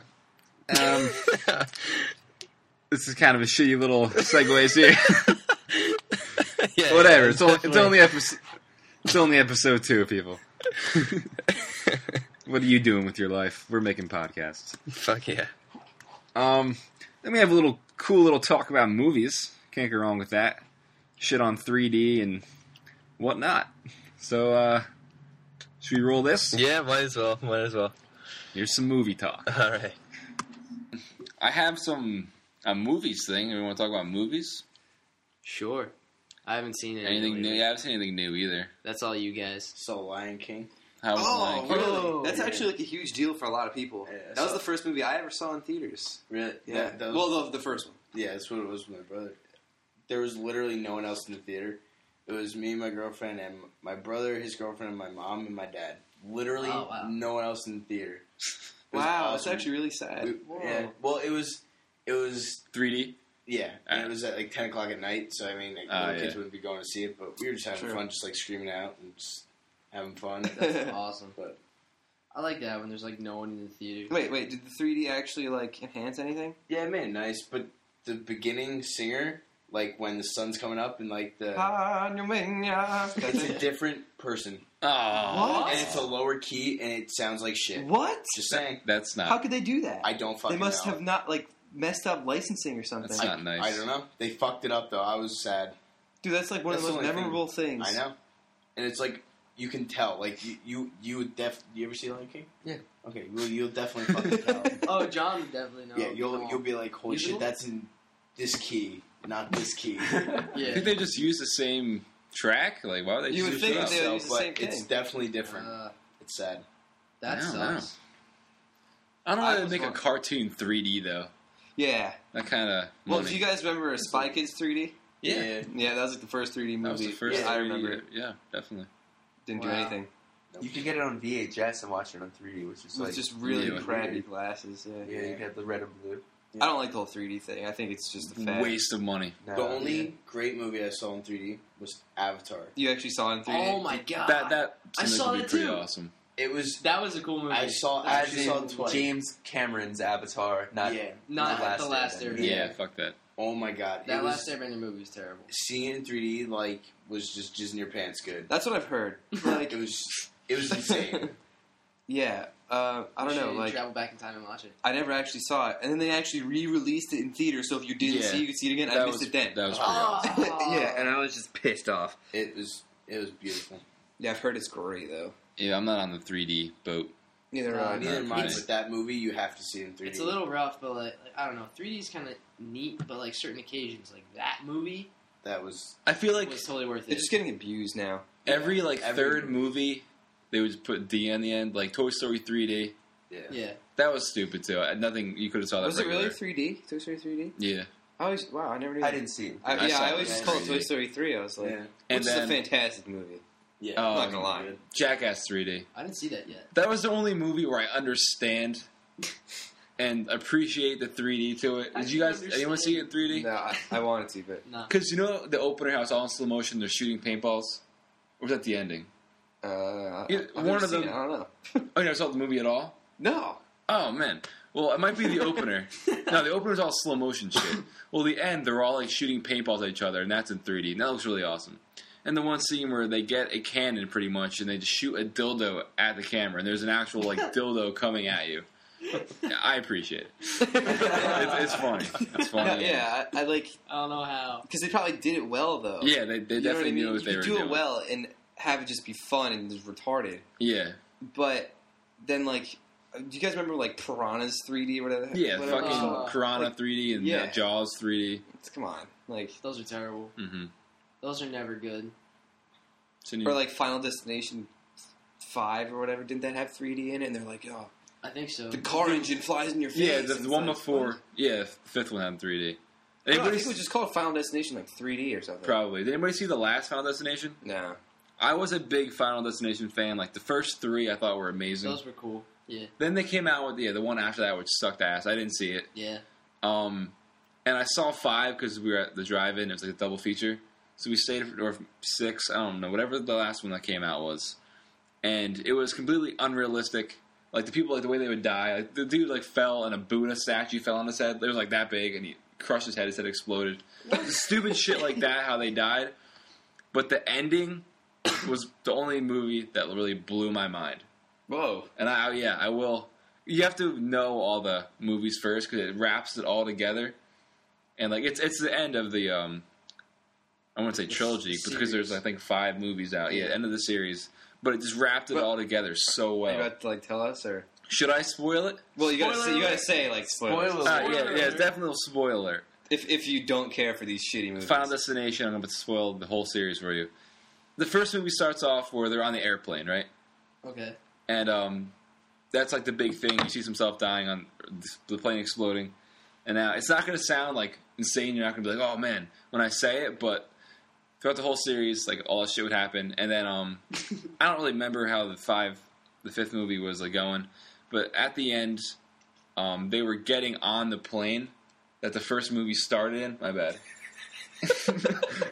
S1: Um, this is kind of a shitty little segues here.
S4: yeah,
S1: Whatever. It's, only, it's
S4: definitely.
S1: only episode. It's only episode two, people. what are you doing with your life? We're making podcasts.
S4: Fuck yeah.
S1: Um, then we have a little cool little talk about movies. Can't go wrong with that. Shit on 3D and whatnot. So, uh, should we roll this?
S4: Yeah, might as well. Might as well.
S1: Here's some movie talk.
S4: All right.
S1: I have some a movies thing. We want to talk about movies.
S6: sure. I haven't seen it.
S1: Anything new?
S6: lately.
S1: Yeah, I haven't seen anything new either.
S6: That's all you guys.
S11: So Lion King.
S1: How was
S5: Oh,
S1: Lion King?
S5: really?
S6: Oh,
S5: That's
S11: yeah.
S5: actually like a huge deal for a lot of people.
S11: Yeah,
S5: that was
S11: so-
S5: the first movie I ever saw in theaters.
S11: Really?
S5: Yeah.
S11: That- that was-
S5: well, the, the first one.
S11: Yeah, that's what it was with my brother. There was literally no one else in the theater. It was me, my girlfriend, and my brother, his girlfriend, and my mom and my dad. Literally,
S6: Oh, wow.
S11: no one else in the theater. It was
S5: Wow, it's
S11: awesome.
S5: actually really sad.
S11: We- yeah. Well, it was. It was
S1: 3D.
S11: yeah, and
S1: Uh,
S11: it was at like ten o'clock at night, so I mean, like,
S1: Oh,
S11: little kids
S1: yeah.
S11: wouldn't be going to see it, but we were just having
S5: Sure.
S11: fun, just like screaming out and just having fun.
S6: awesome.
S11: But-
S6: I like that when there's like no one in the theater.
S5: wait, wait, did the 3D actually like enhance anything?
S11: yeah, man, nice. But the beginning singer, like when the sun's coming up, and like the
S5: Ah, Uh,
S11: it's a
S5: That's it.
S11: different person,
S1: Oh,
S11: and it's a lower key, and it sounds like shit.
S5: What?
S11: Just saying,
S1: that's not.
S5: How could they do that?
S11: I don't
S5: they
S11: fucking.
S5: must
S11: know.
S5: have not like messed up licensing or something.
S1: That's not nice.
S11: I don't know. They fucked it up though. I was sad.
S5: Dude, that's like one
S11: That's
S5: of the
S11: the
S5: most
S11: only
S5: memorable things.
S11: I know, and it's like you can tell. Like you, you, you would def. You ever see Lion King?
S6: Yeah.
S11: Okay. Well, you'll definitely fucking tell.
S6: Oh, John would definitely know.
S11: yeah, you'll
S6: Come
S11: you'll
S6: on.
S11: be like, holy shit,
S6: Musical?
S11: that's in this key, not this key.
S1: I
S6: Yeah.
S1: think they just use the same track. Like, why would they? just
S5: You would
S1: use
S5: think
S1: it up?
S5: they would
S11: So,
S5: use the
S11: but
S5: same
S11: it's
S5: thing.
S11: definitely different.
S6: Uh,
S11: it's sad.
S6: that
S1: I don't
S6: sucks.
S1: I don't
S5: I
S1: know how to
S5: was
S1: make a
S5: wondering.
S1: cartoon 3D though.
S5: Yeah.
S1: That kind of
S5: Well, do you guys remember Spy Kids 3D?
S12: Yeah.
S4: Yeah, that was like the first 3D movie.
S1: That was the first.
S4: I
S1: 3D
S4: remember. it.
S1: Yeah, definitely.
S4: Didn't do
S6: Wow.
S4: anything.
S8: You could get it on VHS and watch it on 3D, which
S4: It
S8: is
S4: was
S8: like
S4: just really
S1: Yeah.
S4: crappy glasses. Yeah.
S8: yeah, you got the red and blue.
S4: I don't like the whole 3D thing. I think it's just a fad.
S1: Waste of money.
S8: No,
S5: the only great movie I saw in 3D was Avatar.
S4: You actually saw it in 3D.
S6: Oh my god,
S1: That that
S6: I
S1: seems
S6: saw
S1: like it'd
S6: that
S1: be pretty
S6: too.
S1: awesome.
S5: It was
S6: that was a cool movie.
S5: I saw I
S6: That
S8: As
S5: actually saw it
S8: in
S5: twice.
S8: James Cameron's Avatar, not
S5: yeah.
S6: not
S8: The Last
S6: the last
S8: Airbender.
S6: Airbender.
S1: Yeah,
S5: Yeah.
S1: fuck that.
S5: Oh my god.
S6: That
S5: it
S6: last
S5: was,
S6: Airbender movie was terrible.
S5: seeing it in 3D like was just jizzing your pants good.
S4: That's what I've heard.
S5: Like it was it was insane.
S4: Yeah. Uh, I don't know.
S6: Should
S4: Like
S6: travel back in time and watch it.
S4: I never actually saw it, and then they actually re-released it in theater. So if you didn't
S1: Yeah.
S4: see, it, you could see it again. I
S1: That
S4: missed
S1: was-
S4: it then.
S1: That was pretty
S6: Ah.
S1: awesome.
S4: yeah, and I was just pissed off.
S5: it was it was beautiful.
S4: Yeah, I've heard it's great though.
S1: Yeah, I'm not on the 3D boat.
S4: Uh, Neither
S6: No,
S4: are I.
S5: Neither am I,
S1: nice.
S5: but that movie you have to see it in 3D.
S6: it's a little rough, but like, like, I don't know. 3D is kind of neat, but like certain occasions, like that movie
S5: that was
S1: I feel like
S6: was totally worth
S4: They're
S6: it.
S4: just getting abused now.
S1: every like
S5: every
S1: third movie, they would just put D on the end, like Toy Story 3D.
S6: yeah,
S1: That was stupid too. I- Nothing you could have saw that.
S4: Was it really
S1: regular.
S4: 3D? Toy Story 3D?
S1: Yeah,
S4: I always wow, I never knew. that.
S8: I didn't see it.
S4: I,
S1: I
S4: yeah,
S1: saw
S4: I
S1: it
S4: always
S1: in
S4: just called it Toy
S1: 3D.
S4: Story 3. I was like,
S5: yeah.
S4: which
S1: and
S4: is a
S1: then
S4: fantastic movie.
S5: Yeah.
S1: Oh,
S4: I'm not gonna lie.
S1: Jackass 3D.
S6: I didn't see that yet.
S1: That was the only movie where I understand and appreciate the 3D to it.
S6: I
S1: Did you guys?
S6: understand.
S1: Anyone see it in 3D?
S4: No, I, I wanted to, but
S6: No,
S1: Because you know the opener, how it's all in slow motion. They're shooting paintballs. Or was that the ending?
S4: uh,
S1: Yeah,
S4: I've
S1: one
S4: never
S1: of
S4: seen
S1: them-
S4: it, I don't know.
S1: Oh, you never saw the movie at all?
S4: no,
S1: Oh man. Well, it might be the opener. no, the opener's all slow motion shit. Well, the end, they're all like shooting paintballs at each other, and that's in 3D. And that looks really awesome. And the one scene where they get a cannon, pretty much, and they just shoot a dildo at the camera, and there's an actual like dildo coming at you. Yeah, I appreciate it. it's, it's funny. It's
S4: no
S1: funny.
S4: yeah, I, I like
S6: I don't know how.
S4: because they probably did it well though.
S1: Yeah, they, they
S4: You know what I
S1: definitely
S4: mean?
S1: knew what
S4: You
S1: they
S4: could
S1: were
S4: do
S1: doing.
S4: it well and have it just be fun and just retarded.
S1: Yeah,
S4: But then like, do you guys remember like Piranha's 3D or whatever?
S1: yeah.
S4: whatever it's
S1: fucking
S4: called?
S6: uh,
S1: Piranha
S4: like-
S1: 3D and
S4: yeah.
S1: uh, Jaws 3D.
S4: Come on, like
S6: Those are terrible.
S1: Mm-hmm.
S6: Those are never good.
S4: or like Final Destination Five or whatever. Didn't that have 3D in it? And they're like, oh,
S6: I think so.
S4: the car engine flies in your face.
S1: yeah, the,
S4: And
S1: the
S4: it's
S1: one
S4: like,
S1: before. Yeah, the fifth one had 3D.
S4: No, I
S1: Anybody
S4: think it was just called Final Destination like 3D or something.
S1: Probably. Did anybody see the last Final Destination?
S4: No.
S1: I was a big Final Destination fan. Like the first three, I thought were amazing.
S6: Those were cool. Yeah,
S1: Then they came out with yeah the one after that, which sucked ass. I didn't see it.
S6: yeah.
S1: Um, and I saw five because we were at the drive-in. It was like a double feature, so we stayed for or six. I don't know whatever the last one that came out was, and it was completely unrealistic. Like the people, like the way they would die. Like the dude like fell and a Buddha statue fell on his head. It was like that big, and he crushed his head. His head exploded. Stupid shit like that. How they died, but the ending was the only movie that really blew my mind.
S4: Whoa.
S1: And I, yeah, I will. You have to know all the movies first because it wraps it all together. And like it's it's the end of the um, I won't say trilogy because there's I think five movies out. Yeah, end of the series. But it just wrapped it
S4: But-
S1: all together so
S4: Are you
S1: well.
S4: about to like tell us or?
S1: Should I spoil it?
S4: Well, you gotta
S6: Spoiler
S4: say, you gotta
S6: alert.
S4: say like spoilers.
S8: Spoiler
S1: Uh, yeah,
S6: Spoiler.
S1: yeah, it's definitely a spoiler.
S4: If if you don't care for these shitty movies,
S1: Final Destination. I'm going to spoil the whole series for you. The first movie starts off where they're on the airplane, right?
S6: Okay.
S1: and um, that's like the big thing. He sees himself dying on the plane exploding, and now it's not going to sound like insane. You're not going to be like, "Oh man," when I say it, but throughout the whole series, like all that shit would happen, and then um, I don't really remember how the five, the fifth movie was like going, but at the end, um, they were getting on the plane that the first movie started in. My bad.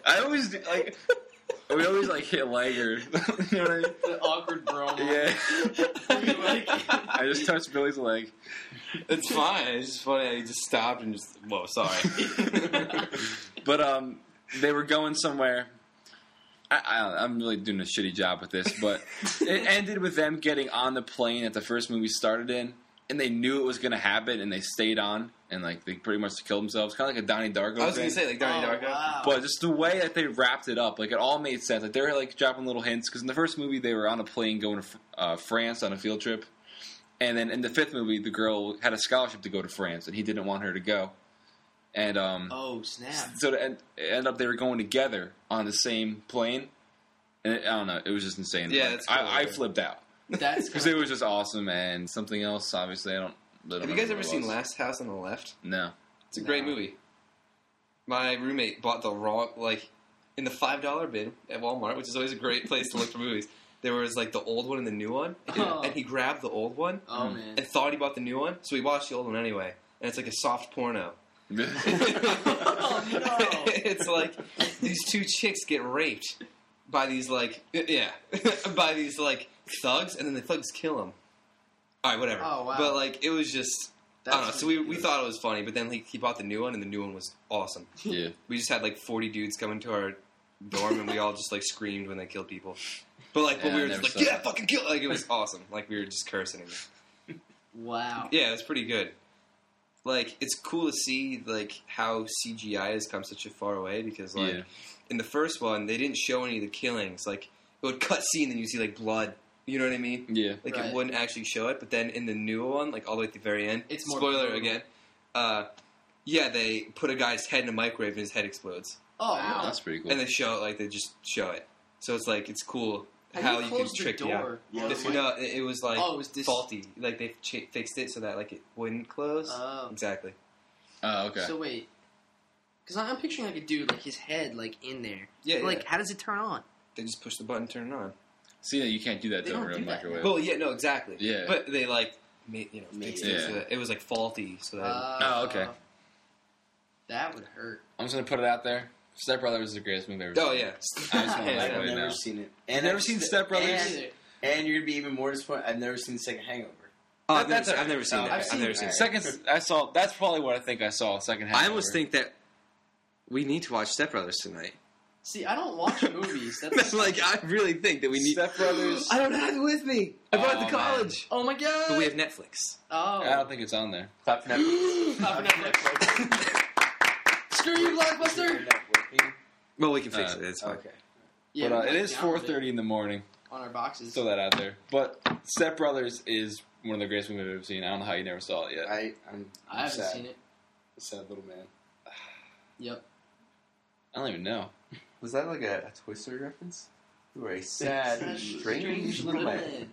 S1: I always do, like we always like hit lag or you know what I mean?
S6: The awkward bro.
S1: Yeah. I just touched Billy's leg.
S4: It's fine. It's just funny. I just stopped and just whoa, sorry.
S1: But um, they were going somewhere. I, I, I'm really doing a shitty job with this, but it ended with them getting on the plane that the first movie started in, and they knew it was going to happen, and they stayed on, and like they pretty much killed themselves, kind of like a Donnie Darko.
S4: I was
S1: thing.
S4: gonna say like Donnie Darko.
S6: wow.
S1: But just the way that they wrapped it up, like it all made sense. Like they were like dropping little hints because in the first movie they were on a plane going to Fr- uh, France on a field trip, and then in the fifth movie the girl had a scholarship to go to France and he didn't want her to go, and um,
S6: oh snap!
S1: so to end, end up they were going together on the same plane, and it, I don't know, it was just insane.
S4: Yeah,
S1: Like,
S4: that's cool,
S1: I, I
S4: yeah.
S1: flipped out
S6: That's
S1: because it was just awesome and something else. Obviously, I don't. I don't
S4: Have you guys
S1: remember
S4: ever
S1: what it
S4: seen
S1: was.
S4: Last House on the Left?
S1: No.
S4: It's a great
S6: No.
S4: movie.
S5: my roommate bought the wrong like in the five dollar bin at Walmart, which is always a great place to look for movies. There was like the old one and the new one,
S6: Oh.
S5: and he grabbed the old one
S6: Oh man.
S5: and thought he bought the new one, so he watched the old one anyway, and it's like a soft porno.
S6: Oh, no.
S5: it's like these two chicks get raped by these like yeah by these like thugs, and then the thugs kill him. All right, whatever.
S6: Oh, wow.
S5: But like it was just I don't know.
S6: That's-
S5: So we, we thought it was funny, but then like, he bought the new one, and the new one was awesome.
S1: Yeah.
S5: We just had like forty dudes come into our dorm, and we all just like screamed when they killed people. But like,
S1: Yeah,
S5: but we
S1: I
S5: were just
S1: never
S5: like,
S1: saw
S5: yeah,
S1: that.
S5: fucking kill! Like it was awesome. Like we were just cursing.
S6: Wow.
S5: Yeah, it was pretty good. Like it's cool to see like how CGI has come such a far way because like
S1: Yeah.
S5: in the first one they didn't show any of the killings. Like it would cut scene, then you see like blood. You know what I mean?
S1: Yeah.
S5: Like
S6: Right.
S5: it wouldn't actually show it, but then in the new one, like all the way at the very end,
S6: It's more
S5: spoiler
S6: brutal.
S5: again. Uh, yeah, they put a guy's head in a microwave and his head explodes,
S6: Oh,
S1: Wow,
S6: no.
S1: that's pretty cool.
S5: and they show it like they just show it. So it's like it's cool
S6: Have
S5: how
S6: you
S5: you, can
S6: closed the
S5: trick the
S6: door?
S5: Yeah.
S6: Yeah,
S5: This-
S6: like-
S5: no, it, it was like
S6: Oh, it was dis-
S5: faulty. Like they ch- fixed it so that like it wouldn't close.
S6: Oh.
S5: Exactly.
S1: oh, okay.
S6: So wait, because I'm picturing like a dude, like his head, like in there.
S5: Yeah,
S6: But, Like,
S5: yeah.
S6: how does it turn on?
S5: They just push the button, turn it on.
S1: See, you can't do that
S6: They
S1: to a
S6: don't
S1: real
S6: do that.
S1: microwave.
S5: Well, yeah, no, exactly.
S1: Yeah.
S5: But they like, made, you know, fixed it. Uh,
S1: Yeah.
S5: So that it was like faulty, so that
S1: Oh, okay.
S6: Uh, That would hurt.
S1: I'm just gonna put it out there. Step Brothers is the greatest movie I've ever.
S5: Oh
S1: seen.
S5: yeah,
S1: I just
S13: I've
S1: want to
S5: Yeah,
S1: let
S5: yeah.
S1: everybody
S13: never
S1: know.
S13: seen it.
S1: I've
S13: And
S1: never
S13: I've-
S1: seen Step Brothers.
S13: And, and you're gonna be even more disappointed. I've never seen the second Hangover.
S5: Oh,
S1: That- that's
S5: I've never seen
S1: all
S5: it.
S1: right.
S5: I've never seen it.
S1: Second, I saw. That's probably what I think I saw. Second half.
S5: I almost think that we need to watch Step Brothers tonight.
S6: See, I don't watch movies. That's
S5: That's like I really think that we need.
S1: Step Brothers.
S5: I don't have it with me. I brought it
S1: Oh,
S5: to college.
S6: Oh my god.
S5: But we have Netflix.
S6: oh.
S1: I don't think it's on there.
S13: Top Network.
S6: Pop it up, Netflix. Screw you, Blockbuster.
S5: Well, we can fix
S1: Uh,
S5: it. It's fine.
S13: Okay.
S1: but uh,
S6: we
S1: it
S6: went
S1: is
S6: down with
S1: 4:30 in the morning.
S6: it on our boxes.
S1: Throw that out there. But Step Brothers is one of the greatest movies I've ever seen. I don't know how you never saw it yet.
S13: I, I'm,
S6: I haven't
S13: sad.
S6: seen it.
S13: Sad little man.
S6: Yep.
S1: I don't even know.
S8: Was that like a, a Toy Story reference? You were a
S6: Such
S8: sad,
S6: a
S8: strange little man.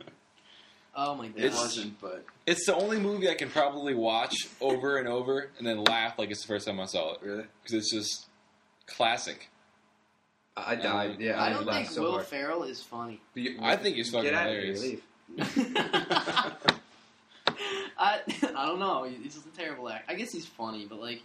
S6: Oh my god.
S13: It wasn't, but
S1: It's the only movie I can probably watch over and over and then laugh like it's the first time I saw it
S13: really.
S1: because it's just classic.
S5: I died.
S1: Um,
S5: yeah,
S6: I
S5: I,
S6: don't
S5: laughed
S6: think
S5: so
S6: Will
S5: hard.
S6: Ferrell is funny.
S1: I think he's fucking
S5: Get out of here,
S1: hilarious.
S5: leave.
S6: I I don't know. He's just a terrible actor. I guess he's funny, but like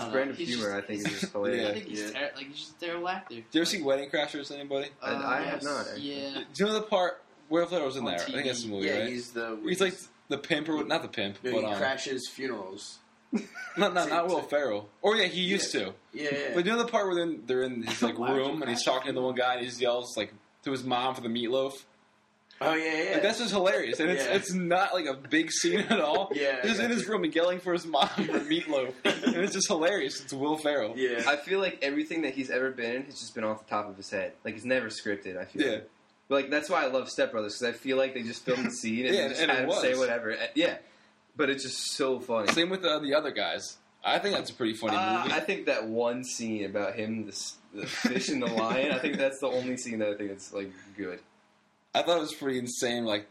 S13: Uh,
S5: His
S6: don't know.
S5: brand of
S6: He's
S5: humor,
S6: just-
S5: I think, is just
S6: I
S5: hilarious.
S6: think he's ter- like he's just a terrible actor. Uh,
S1: Did you ever see Wedding Crashers? Anybody?
S5: I- I have not, actually.
S6: Yeah.
S1: Do you know the part where Flair was in
S6: On
S1: there? I think
S6: TV.
S1: that's the movie,
S13: yeah,
S1: right? He's,
S13: he's the
S1: like the pimp or not the pimp,
S13: no, he
S1: but um,
S13: crashes funerals.
S1: not not, not
S13: See,
S1: Will
S13: see.
S1: Ferrell. Or yeah, he used to.
S13: Yeah, yeah.
S1: But you know the part where they're in, they're in his like
S6: Why would you
S1: room and he's
S6: crash?
S1: talking to the one guy and he just yells like to his mom for the meatloaf.
S13: oh yeah, yeah.
S1: Like that's just hilarious, and it's
S13: Yeah.
S1: it's not like a big scene at all.
S13: Yeah, I
S1: he's in
S13: got
S1: his
S13: you.
S1: room and yelling for his mom for meatloaf, and it's just hilarious. It's Will Ferrell.
S13: yeah.
S5: I feel like everything that he's ever been in has just been off the top of his head. Like it's never scripted. I feel.
S1: Yeah.
S5: Like. But, like, that's why I love Step Brothers because I feel like they just filmed the scene and
S1: Yeah,
S5: they just
S1: and it
S5: had him
S1: was.
S5: say whatever. Uh, Yeah, but it's just so funny.
S1: Same with uh, the other guys. I think that's a pretty funny
S5: Uh,
S1: movie.
S5: I think that one scene about him, the, s- the fish and the lion. I think that's the only scene that I think is like good.
S1: I thought it was pretty insane. Like,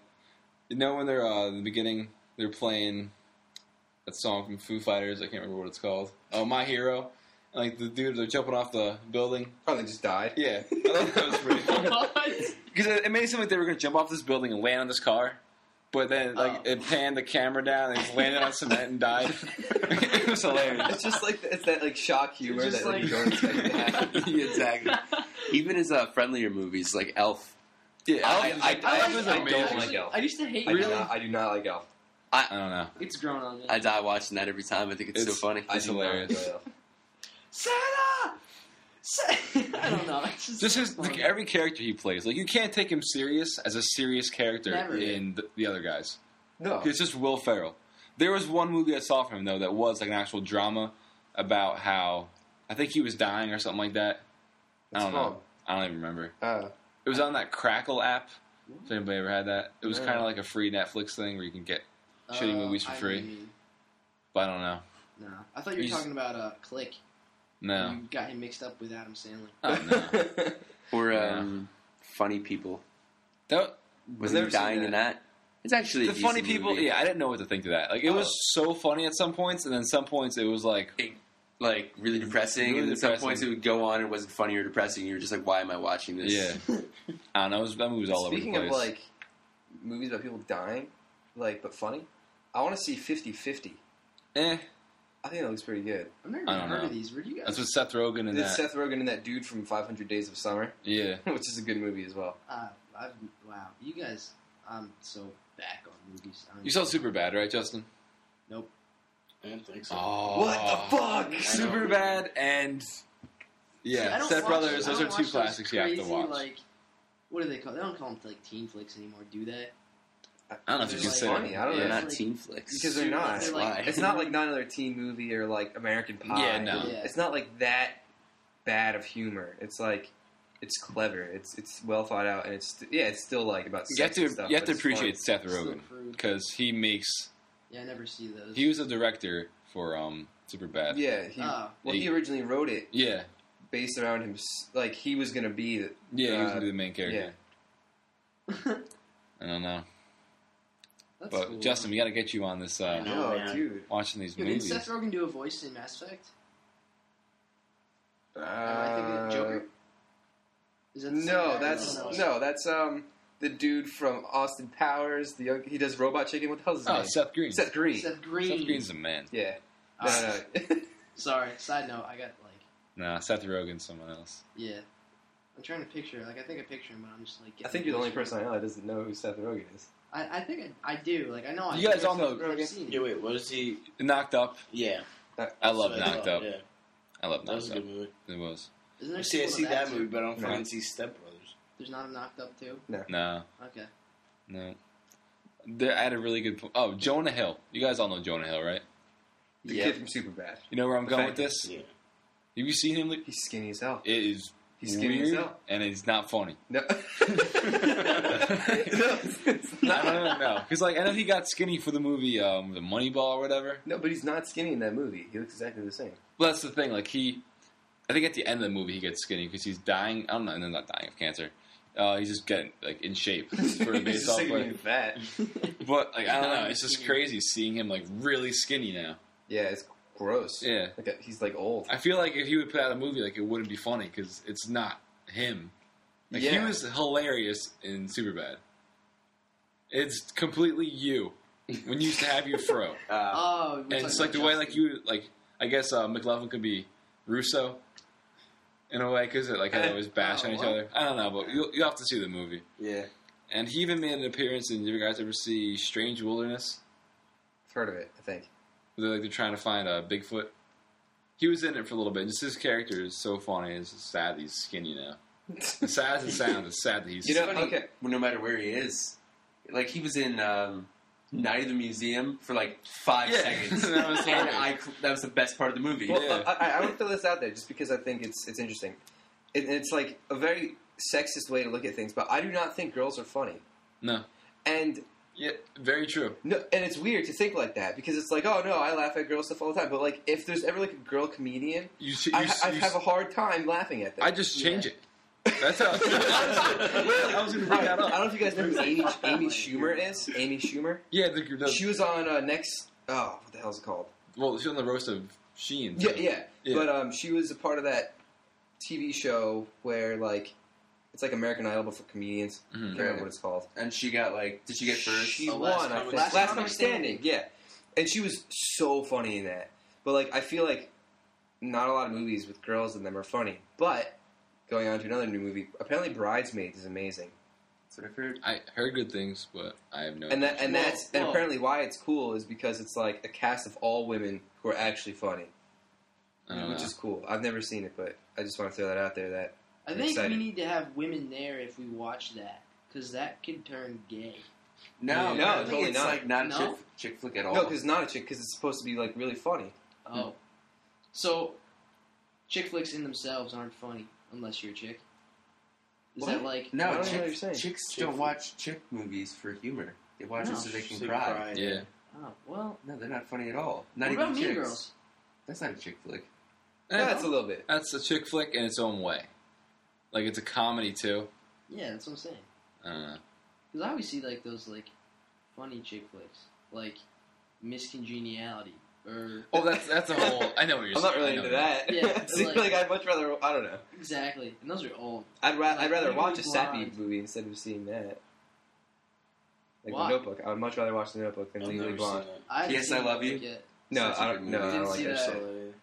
S1: you know, when they're uh, in the beginning, they're playing that song from Foo Fighters. I can't remember what it's called. Oh, My Hero. And, like the dudes are jumping off the building.
S5: Probably just died.
S1: Yeah, I thought that was pretty funny
S6: What?
S1: because it, it made it seem like they were going to jump off this building and land on this car. But then, like,
S6: Oh.
S1: it panned the camera down and it landed on cement and died. it was hilarious.
S5: It's just like it's that like shock humor
S6: It's
S5: that
S6: just
S5: like, you
S6: like-
S5: don't expect to happen.
S8: exactly. Even his uh, friendlier movies like Elf.
S1: Yeah,
S5: I- I-
S1: I,
S5: I-
S1: was
S5: I-
S1: like,
S5: don't
S6: actually-
S5: like Elf.
S6: I used to hate
S5: I do
S6: really?
S5: not, I do not like Elf.
S1: I don't know.
S6: It's grown on me.
S8: I die watching that every time. I think it's,
S1: It's-
S8: so funny.
S1: I It's
S5: I do not
S1: hilarious.
S5: enjoy Elf.
S6: Santa. Sa- I don't know. It's just,
S1: Just his
S6: funny.
S1: like, every character he plays, like you can't take him serious as a serious character
S6: Never.
S1: in the, the other guys.
S5: No,
S1: It's just Will Ferrell. There was one movie I saw from him though that was like an actual drama about how I think he was dying or something like that. I
S5: What's it
S1: don't know.
S5: called?
S1: I don't even remember.
S5: Uh,
S1: It was on that Crackle app. If anybody ever had that, it was
S5: No.
S1: kind of like a free Netflix thing where you can get shitty movies for
S6: Uh, I
S1: free.
S6: mean,
S1: But I don't know.
S6: no, I thought you were
S1: He's-
S6: talking about uh, Click.
S1: No.
S6: You got him mixed up with Adam Sandler.
S1: Oh, no.
S8: Or
S1: Yeah.
S8: um, Funny People.
S1: That,
S8: Was
S1: I've
S8: he
S1: never seen
S8: dying in that? It's actually a
S1: the funny
S8: decent
S1: people.
S8: movie.
S1: Yeah, I didn't know what to think of that. Like it was so funny at some points, and then some points it was like
S8: like really depressing,
S1: Really
S8: and at some
S1: depressing.
S8: points it would go on and it wasn't funny or depressing. You were just like, why am I watching this?
S1: Yeah. I don't know. it was- That movie was all
S5: Speaking
S1: over the
S5: of
S1: place.
S5: like movies about people dying, like but funny, I want to see 50-50.
S1: eh,
S5: I think that looks pretty good.
S6: I've never
S1: I
S6: even
S1: don't
S6: heard
S1: know.
S6: of these. Where do you
S1: that's
S6: guys?
S1: with Seth Rogen and
S5: It's
S1: that.
S5: Seth Rogen and that dude from Five Hundred Days of Summer,
S1: yeah.
S5: which is a good movie as well.
S6: Uh, I've, wow, you guys, I'm so back on movies. I'm,
S1: You saw Super Bad, right, Justin?
S6: Nope.
S11: I don't think so.
S1: Oh,
S5: what the fuck?
S1: Super Bad and
S6: I
S1: yeah,
S6: don't
S1: Step
S6: watch-
S1: Brothers.
S6: I
S1: Those
S6: don't
S1: are two
S6: watch
S1: classics you have to
S6: crazy,
S1: watch.
S6: Like, what do they call? They don't call them like teen flicks anymore, do they?
S1: I don't know if you
S6: They're
S1: consider
S6: like-
S5: funny. I don't
S1: yeah.
S5: know.
S6: They're
S8: not
S6: like-
S8: teen flicks.
S5: Because they're not.
S6: They're like-
S5: It's not like not another teen movie or like American Pie.
S1: Yeah, no.
S6: Yeah.
S5: It's not like that bad of humor. It's like it's clever. It's it's well thought out, and it's st- yeah, it's still like about
S1: You have
S5: sex
S1: to
S5: and stuff,
S1: you have
S5: but
S1: to
S5: it's fun.
S1: appreciate Seth
S6: Still
S1: Rogen
S6: crude.
S1: because he makes
S6: Yeah, I never see those.
S1: he was a director for um Super Bad.
S5: Yeah, he,
S6: Oh.
S5: well, he originally wrote it
S1: yeah,
S5: based around him. s- Like he was gonna be the
S1: yeah. he was
S5: uh,
S1: gonna be the main
S5: yeah.
S1: character. I don't know,
S6: That's
S1: but
S6: cool.
S1: Justin, we got to get you on this uh,
S11: know,
S5: Oh,
S11: man.
S5: dude.
S1: watching these
S6: Yo, didn't
S1: movies.
S6: Seth Rogen do a voice in Mass Effect?
S5: Uh,
S6: Am I thinking of Joker? Is that the same guy?
S5: No,
S6: I
S5: that's
S6: don't know.
S5: no, that's um the dude from Austin Powers. The young, he does Robot Chicken. What the hell's his
S1: oh,
S5: name?
S1: Seth Green.
S5: Seth Green.
S6: Seth Green.
S1: Seth Green's a man.
S5: Yeah.
S6: Uh,
S5: No, no.
S6: Sorry, side note. I got like,
S1: Nah, Seth Rogen's someone else.
S6: yeah. I'm trying to picture. Like, I think I picture him, but I'm just like.
S5: I
S6: getting
S5: think you're the only person I know that doesn't know who Seth Rogen is.
S6: I, I think I, I do. Like, I know. I
S1: You guys all know-
S6: I've seen
S11: Yeah,
S6: him.
S11: wait, what is he?
S1: Knocked Up.
S11: Yeah,
S1: I love
S11: that's what I
S1: Knocked
S11: thought,
S1: Up.
S11: Yeah,
S1: I love
S11: that was
S1: Knocked
S11: a
S1: Up.
S11: good movie.
S1: It was.
S6: Isn't there a
S11: see, I
S6: sequel
S11: see
S6: to that
S11: that
S6: too?
S11: movie, but I don't
S5: No.
S11: fucking see Step Brothers.
S6: There's not a knocked up too.
S1: No,
S6: Okay.
S1: no. They're at a really good. Po- oh, Jonah Hill. You guys all know Jonah Hill, right?
S5: The
S1: Yeah.
S5: kid from Superbad.
S1: You know where I'm
S5: The
S1: going
S5: fact
S1: with this.
S11: Yeah.
S1: Have you seen him? It
S5: He's skinny as hell.
S1: is
S5: He's skinny as
S1: weird
S5: hell.
S1: and it's not funny.
S5: No. no it's- it's
S1: I
S5: not.
S1: don't know because like I know he got skinny for the movie um, the Moneyball or whatever.
S5: No, but he's not skinny in that movie. He looks exactly the same.
S1: Well, that's the thing. Like he, I think at the end of the movie he gets skinny because he's dying. I don't know, no, not dying of cancer. Uh, he's just getting like in shape for a
S5: He's just
S1: baseball
S5: sick of
S1: player.
S5: being fat.
S1: But like I don't know, it's just
S6: Skinny.
S1: crazy seeing him like really skinny now.
S5: Yeah, it's gross.
S1: Yeah.
S5: Like, uh, he's like old.
S1: I feel like if he would put out a movie, like it wouldn't be funny because it's not him. Like
S5: Yeah.
S1: he was hilarious in Superbad. It's completely you when you used to have your fro,
S8: Uh,
S6: Oh, we're
S1: and
S6: talking
S1: it's like
S6: about
S1: the way
S6: Justin.
S1: like you like. I guess uh, McLovin could be Russo in a way because like how they always bash on each
S6: what?
S1: other. I don't know, but you'll, you'll have to see the movie.
S11: Yeah,
S1: And he even made an appearance in. Did you guys ever see Strange Wilderness?
S5: I've heard of it, I think.
S1: Where they're like they're trying to find uh, Bigfoot. He was in it for a little bit. Just his character is so funny. It's just sad that he's skinny now. As sad as it sounds, it's sad that he's.
S5: You know,
S8: funny,
S5: okay.
S8: no matter where he is, like he was in um, Night of the Museum for like five
S1: Yeah.
S8: seconds,
S1: That was
S8: and
S1: hilarious.
S8: I cl- that was the best part of the movie.
S5: Well,
S1: Yeah.
S5: I, I, I would throw this out there just because I think it's it's interesting. It, it's like a very sexist way to look at things, but I do not think girls are funny.
S1: no.
S5: And
S1: Yeah, very true.
S5: no, and it's weird to think like that because it's like, oh no, I laugh at girl stuff all the time. But like, if there's ever like a girl comedian,
S1: You, see- you,
S5: I, I
S1: you-
S5: have a hard time laughing at them.
S1: I just change it. That's how. I was going to bring
S5: I
S1: that
S5: don't, I
S1: up.
S5: don't know if you guys know who Amy, Amy Schumer is. Amy Schumer.
S1: Yeah, the, the,
S5: She was on uh, next. Oh, what the hell's it called?
S1: well, she was on the roast of Sheen.
S5: Yeah,
S1: so-
S5: yeah.
S1: Yeah.
S5: But um, she was a part of that TV show where like it's like American Idol but for comedians. I
S1: Mm-hmm.
S5: can't remember what it's called.
S8: and she got like, did she get first?
S5: She
S6: Oh,
S5: won.
S6: Last
S5: I
S6: Comic-
S5: think.
S6: Last
S5: Last,
S6: Comic
S5: Comic Standing. Yeah, and she was so funny in that. But like, I feel like not a lot of movies with girls in them are funny. But going on to another new movie, apparently Bridesmaids is amazing,
S8: That's what I've heard.
S1: I heard good things, but I have no.
S5: and that and
S6: Whoa,
S5: that's and
S6: whoa.
S5: apparently why it's cool is because it's like a cast of all women who are actually funny,
S1: I don't
S5: which
S1: know.
S5: is cool. I've never seen it, but I just want to throw that out there. That
S6: I
S5: I'm
S6: think
S5: excited.
S6: we need to have women there if we watch that, because that could turn gay.
S1: Yeah.
S8: No, no,
S5: No, totally
S8: it's
S5: not.
S8: like not a
S6: No?
S8: chick, chick flick at all.
S5: no, because it's not a chick because it's supposed to be like really funny.
S6: Oh, so chick flicks in themselves aren't funny unless you're a chick. Is
S5: What?
S6: that like
S5: I
S8: no,
S5: don't know
S8: chick-
S5: what you're saying.
S8: chicks
S11: Chick
S8: don't
S11: flick.
S8: watch chick movies for humor. They watch
S6: No.
S8: it so they can
S11: She
S8: cry.
S11: cried.
S1: Yeah,
S6: Oh well.
S8: No, they're not funny at all. Not
S6: what
S8: even
S6: about
S8: chicks.
S6: Mean Girls?
S8: That's not a chick flick.
S5: Yeah,
S1: Eh,
S5: that's a little bit.
S1: that's a chick flick in its own way. Like it's a comedy too. Uh,
S6: Yeah, that's what I'm saying.
S1: I don't know.
S6: Because I always see like those like funny chick flicks, like Miss Congeniality or
S14: Oh, that's that's a whole. I know what you're
S5: I'm
S14: saying.
S5: not really
S14: I know
S5: into
S14: what
S5: that.
S6: Yeah,
S5: It seems
S6: like-
S5: like, I'd much rather. I don't know.
S6: exactly. And those are old.
S5: I'd, ra- I'd rather
S6: Maybe
S5: watch a
S6: Blonde.
S5: sappy movie instead of seeing that. Like
S6: Why?
S5: The Notebook. I would much rather watch The Notebook than
S11: I've
S5: Legally
S11: never
S5: Blonde.
S11: seen
S6: I haven't
S5: Yes,
S6: seen
S5: I Love
S6: Notebook
S5: You.
S6: yet.
S5: No,
S11: Such a
S5: I
S11: good
S5: don't. No,
S11: movie.
S5: I don't
S6: Didn't
S5: like
S6: see
S5: that,
S6: that.
S5: shit.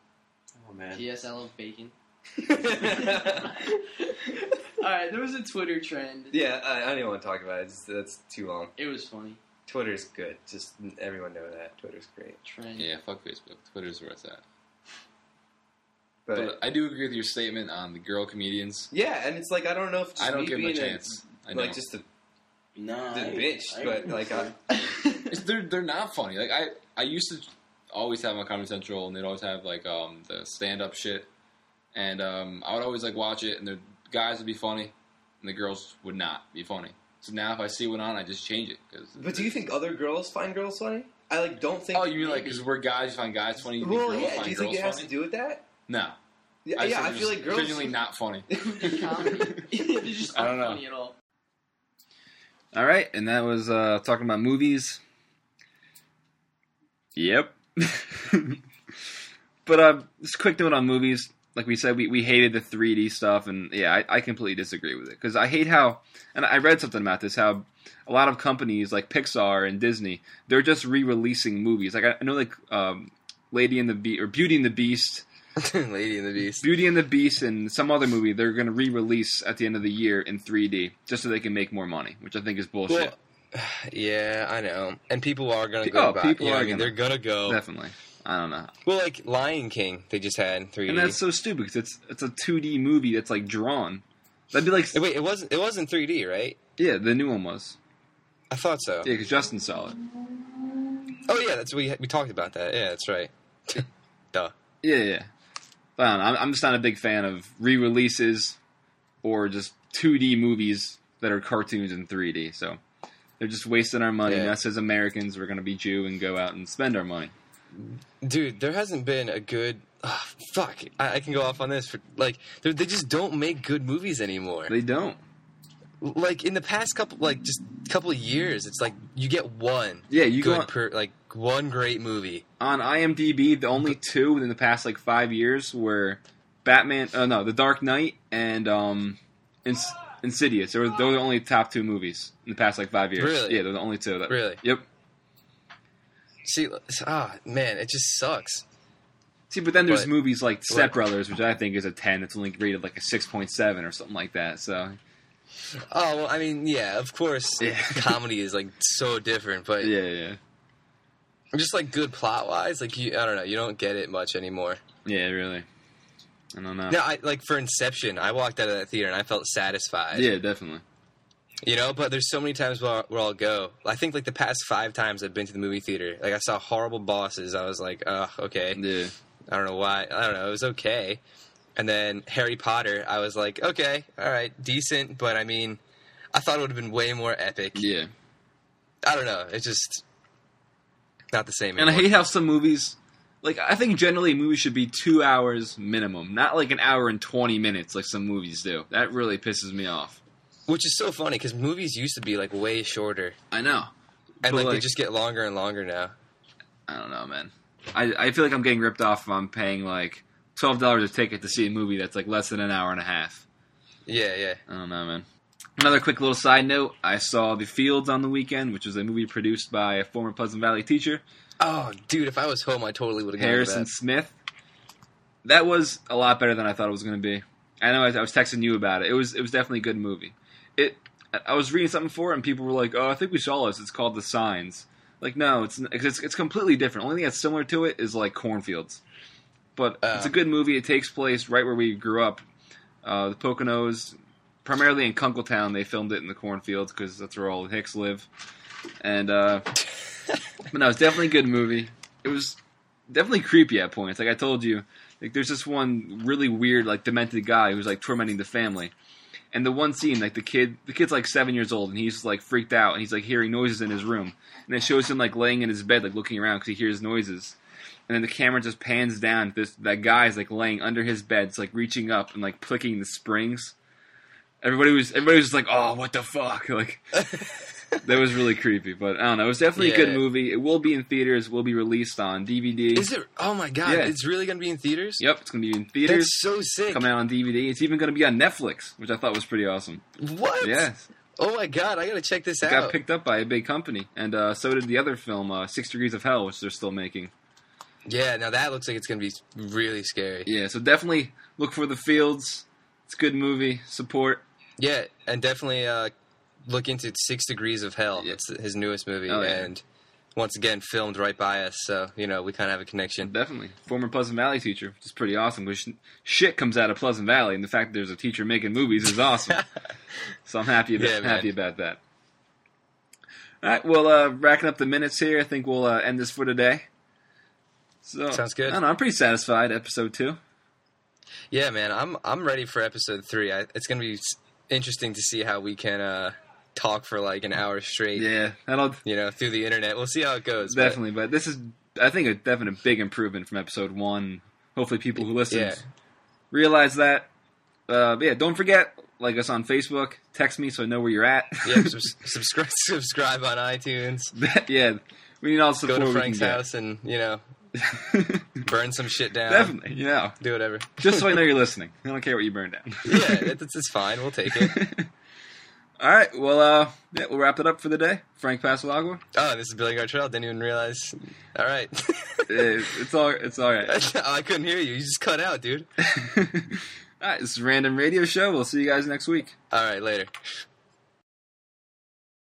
S8: Oh man.
S6: P.S. I love bacon.
S5: yeah,
S6: All right, there was a Twitter trend.
S5: I, I don't even want to talk about it. It's, that's too long.
S6: It was funny.
S5: Twitter's good. Just everyone know that Twitter's great.
S14: you're
S6: Trend.
S14: saying. Yeah, fuck Facebook. Twitter's where it's at.
S5: But,
S14: But I do agree with your statement on the girl comedians.
S5: yeah, and it's like I don't know if just
S14: I don't
S5: me
S14: give them
S5: being
S14: a chance. I know.
S5: like just a
S11: No,
S5: the bitch, but like I,
S14: It's- they're they're not funny. Like I I used to always have them on Comedy Central, and they'd always have like um the stand up shit, and um I would always like watch it, and the guys would be funny, and the girls would not be funny. So now if I see one on, I just change it. 'cause-
S5: but do you think other girls find girls funny? I like don't think.
S14: Oh, you mean like because we're guys, you find guys funny. You think
S5: well,
S14: girls
S5: yeah.
S14: find
S5: Do you
S14: girls
S5: think it has
S14: funny?
S5: to do with that?
S14: No,
S5: Yeah, yeah.
S14: said
S5: I
S14: they're
S5: feel
S14: just
S5: like girls.
S14: genuinely not funny.
S6: Comedy. They're just
S14: I
S6: not
S14: don't know.
S6: funny at all.
S1: All right, and that was uh, talking about movies. Yep. but uh, just a quick note on movies. Like we said, we, we hated the 3D stuff, and yeah, I, I completely disagree with it because I hate how. And I read something about this how a lot of companies like Pixar and Disney they're just re-releasing movies. Like I, I know like um, Lady and the Beast or Beauty and the Beast
S4: Lady and the Beast.
S1: Beauty and the Beast and some other movie they're going to re-release at the end of the year in 3D just so they can make more money, which I think is bullshit.
S4: Well, yeah, I know. And people are gonna
S1: Pe-
S4: go.
S1: oh,
S4: buy-
S1: people
S4: you know
S1: are
S4: what I mean?
S1: gonna-
S4: They're gonna go.
S1: Definitely. I don't know.
S4: Well, like Lion King, they just had three.
S1: And that's so stupid because it's it's a 2D movie that's like drawn. That'd be like
S4: Wait, it wasn't. It wasn't 3D, right?
S1: yeah, the new one was
S4: I thought so.
S1: yeah because Justin saw it.
S4: Oh yeah, that's we we talked about that. Yeah, that's right. Duh.
S1: Yeah, yeah. I don't know. I'm, I'm just not a big fan of re-releases or just 2D movies that are cartoons in 3D. So they're just wasting our money.
S4: Yeah.
S1: And us as Americans, we're gonna be Jew and go out and spend our money.
S4: Dude, there hasn't been a good. ah, fuck, I, I can go off on this. For, like, they they just don't make good movies anymore.
S1: They don't.
S4: Like in the past couple, like just couple of years, it's like you get one.
S1: Yeah, you
S4: good
S1: go on-
S4: per, like one great movie.
S1: on IMDb, the only two in the past like five years were Batman. Uh, no, The Dark Knight and um, Ins- Insidious. They were, those are the only top two movies in the past like five years.
S4: Really?
S1: Yeah, they're the only two. That,
S4: Really?
S1: Yep.
S4: See, ah, man, it just sucks.
S1: See, but then there's
S4: But-
S1: movies like Step
S4: like-
S1: Brothers, which I think is a ten. It's only rated like a six point seven or something like that. So
S4: Oh well, I mean, yeah, of course,
S1: Yeah.
S4: comedy is like so different, but
S1: yeah, yeah,
S4: just like good plot wise, like you, I don't know, you don't get it much anymore.
S1: yeah. Really. I don't know.
S4: No, I like for Inception, I walked out of that theater and I felt satisfied.
S1: yeah, definitely.
S4: You know, but there's so many times where, where I'll go. I think like the past five times I've been to the movie theater, like I saw horrible bosses. I was like, ugh, okay.
S1: Yeah.
S4: I don't know why. I don't know. It was okay. And then Harry Potter, I was like, okay, all right, decent, but I mean, I thought it would have been way more epic.
S1: Yeah.
S4: I don't know. It's just not the same.
S1: And I
S4: anymore.
S1: hate how some movies, like I think generally movies should be two hours minimum, not like an hour and twenty minutes like some movies do. That really pisses me off.
S4: which is so funny because movies used to be like way shorter,
S1: I know.
S4: and
S1: But,
S4: like, they
S1: like-
S4: just get longer and longer now.
S1: I don't know, man. I I feel like I'm getting ripped off if I'm paying like twelve dollars a ticket to see a movie that's like less than an hour and a half.
S4: Yeah, yeah.
S1: I don't know, man. Another quick little side note: I saw The Fields on the weekend, which was a movie produced by a former Pleasant Valley teacher,
S4: Oh, dude, if I was home, I totally would have gone to
S1: Harrison
S4: that.
S1: Smith. That was a lot better than I thought it was going to be. I know I, I was texting you about it. It was it was definitely a good movie. It I- I was reading something for it and people were like, "Oh, I think we saw this. It's called The Signs." Like, no, it's n- it's it's completely different. Only thing that's similar to it is like cornfields. But
S4: Uh.
S1: it's a good movie. It takes place right where we grew up. Uh, the Poconos, primarily in Kunkletown, they filmed it in the cornfields because that's where all the Hicks live. And uh, but no, it's definitely a good movie. It was definitely creepy at points. Like I told you, like there's this one really weird, like demented guy who's like tormenting the family. And the one scene, like the kid, the kid's like seven years old, and he's like freaked out, and he's like hearing noises in his room. And it shows him like laying in his bed, like looking around because he hears noises. And then the camera just pans down. to This that guy's like laying under his bed, it's like reaching up and like clicking the springs. Everybody was everybody was just like, "Oh, what the fuck!" Like that was really creepy. But I don't know. It was definitely a
S4: Yeah.
S1: good movie. It will be in theaters. Will be released on DVD.
S4: Is it? Oh my god!
S1: Yeah.
S4: It's really gonna be in theaters.
S1: Yep, it's gonna be in
S4: That's
S1: theaters.
S4: so sick.
S1: Coming out on DVD. It's even gonna be on Netflix, which I thought was pretty awesome.
S4: What?
S1: Yes,
S4: Oh my god! I gotta check this
S1: it got
S4: out.
S1: picked up by a big company, and uh, so did the other film, uh, Six Degrees of Hell, which they're still making.
S4: Yeah. Now that looks like it's gonna be really scary.
S1: Yeah, so definitely look for the fields. It's a good movie. Support.
S4: Yeah, and definitely uh, look into Six Degrees of Hell.
S1: Yeah.
S4: It's his newest movie,
S1: Oh, yeah.
S4: and once again filmed right by us, so you know we kind of have a connection.
S1: Definitely. Former Pleasant Valley teacher, which is pretty awesome because shit comes out of Pleasant Valley, and the fact that there's a teacher making movies is awesome. so I'm happy about,
S4: Yeah, man.
S1: happy about that. All right, well, uh, racking up the minutes here, I think we'll uh, end this for today. So,
S4: Sounds good.
S1: I don't know, I'm pretty satisfied. Episode two.
S4: Yeah, man, I'm I'm ready for episode three. I, it's gonna be s- interesting to see how we can uh, talk for like an hour straight.
S1: Yeah, that'll
S4: You know, through the internet. We'll see how it goes. but-
S1: definitely. But this is, I think, a definite big improvement from episode one. Hopefully, people who listen
S4: Yeah.
S1: realize that. Uh, but yeah, don't forget like us on Facebook. Text me so I know where you're at.
S4: yeah, subs- subscribe subscribe on iTunes.
S1: yeah, we need all the
S4: Go
S1: support
S4: to
S1: we can
S4: Frank's
S1: get.
S4: house and you know burn some shit down.
S1: Definitely, yeah.
S4: Do whatever.
S1: Just so I know you're listening. I don't care what you burn down.
S4: yeah, it's, it's fine. We'll take it.
S1: all right, well, uh, yeah, we'll wrap it up for the day. Frank Pasalagua.
S4: Oh, this is Billy Gartrell. Didn't even realize. All right.
S1: Eh, it's all, it's all right.
S4: Oh, I couldn't hear you. You just cut out, dude.
S1: all right, this is Random Radio Show. We'll see you guys next week.
S4: All right, later.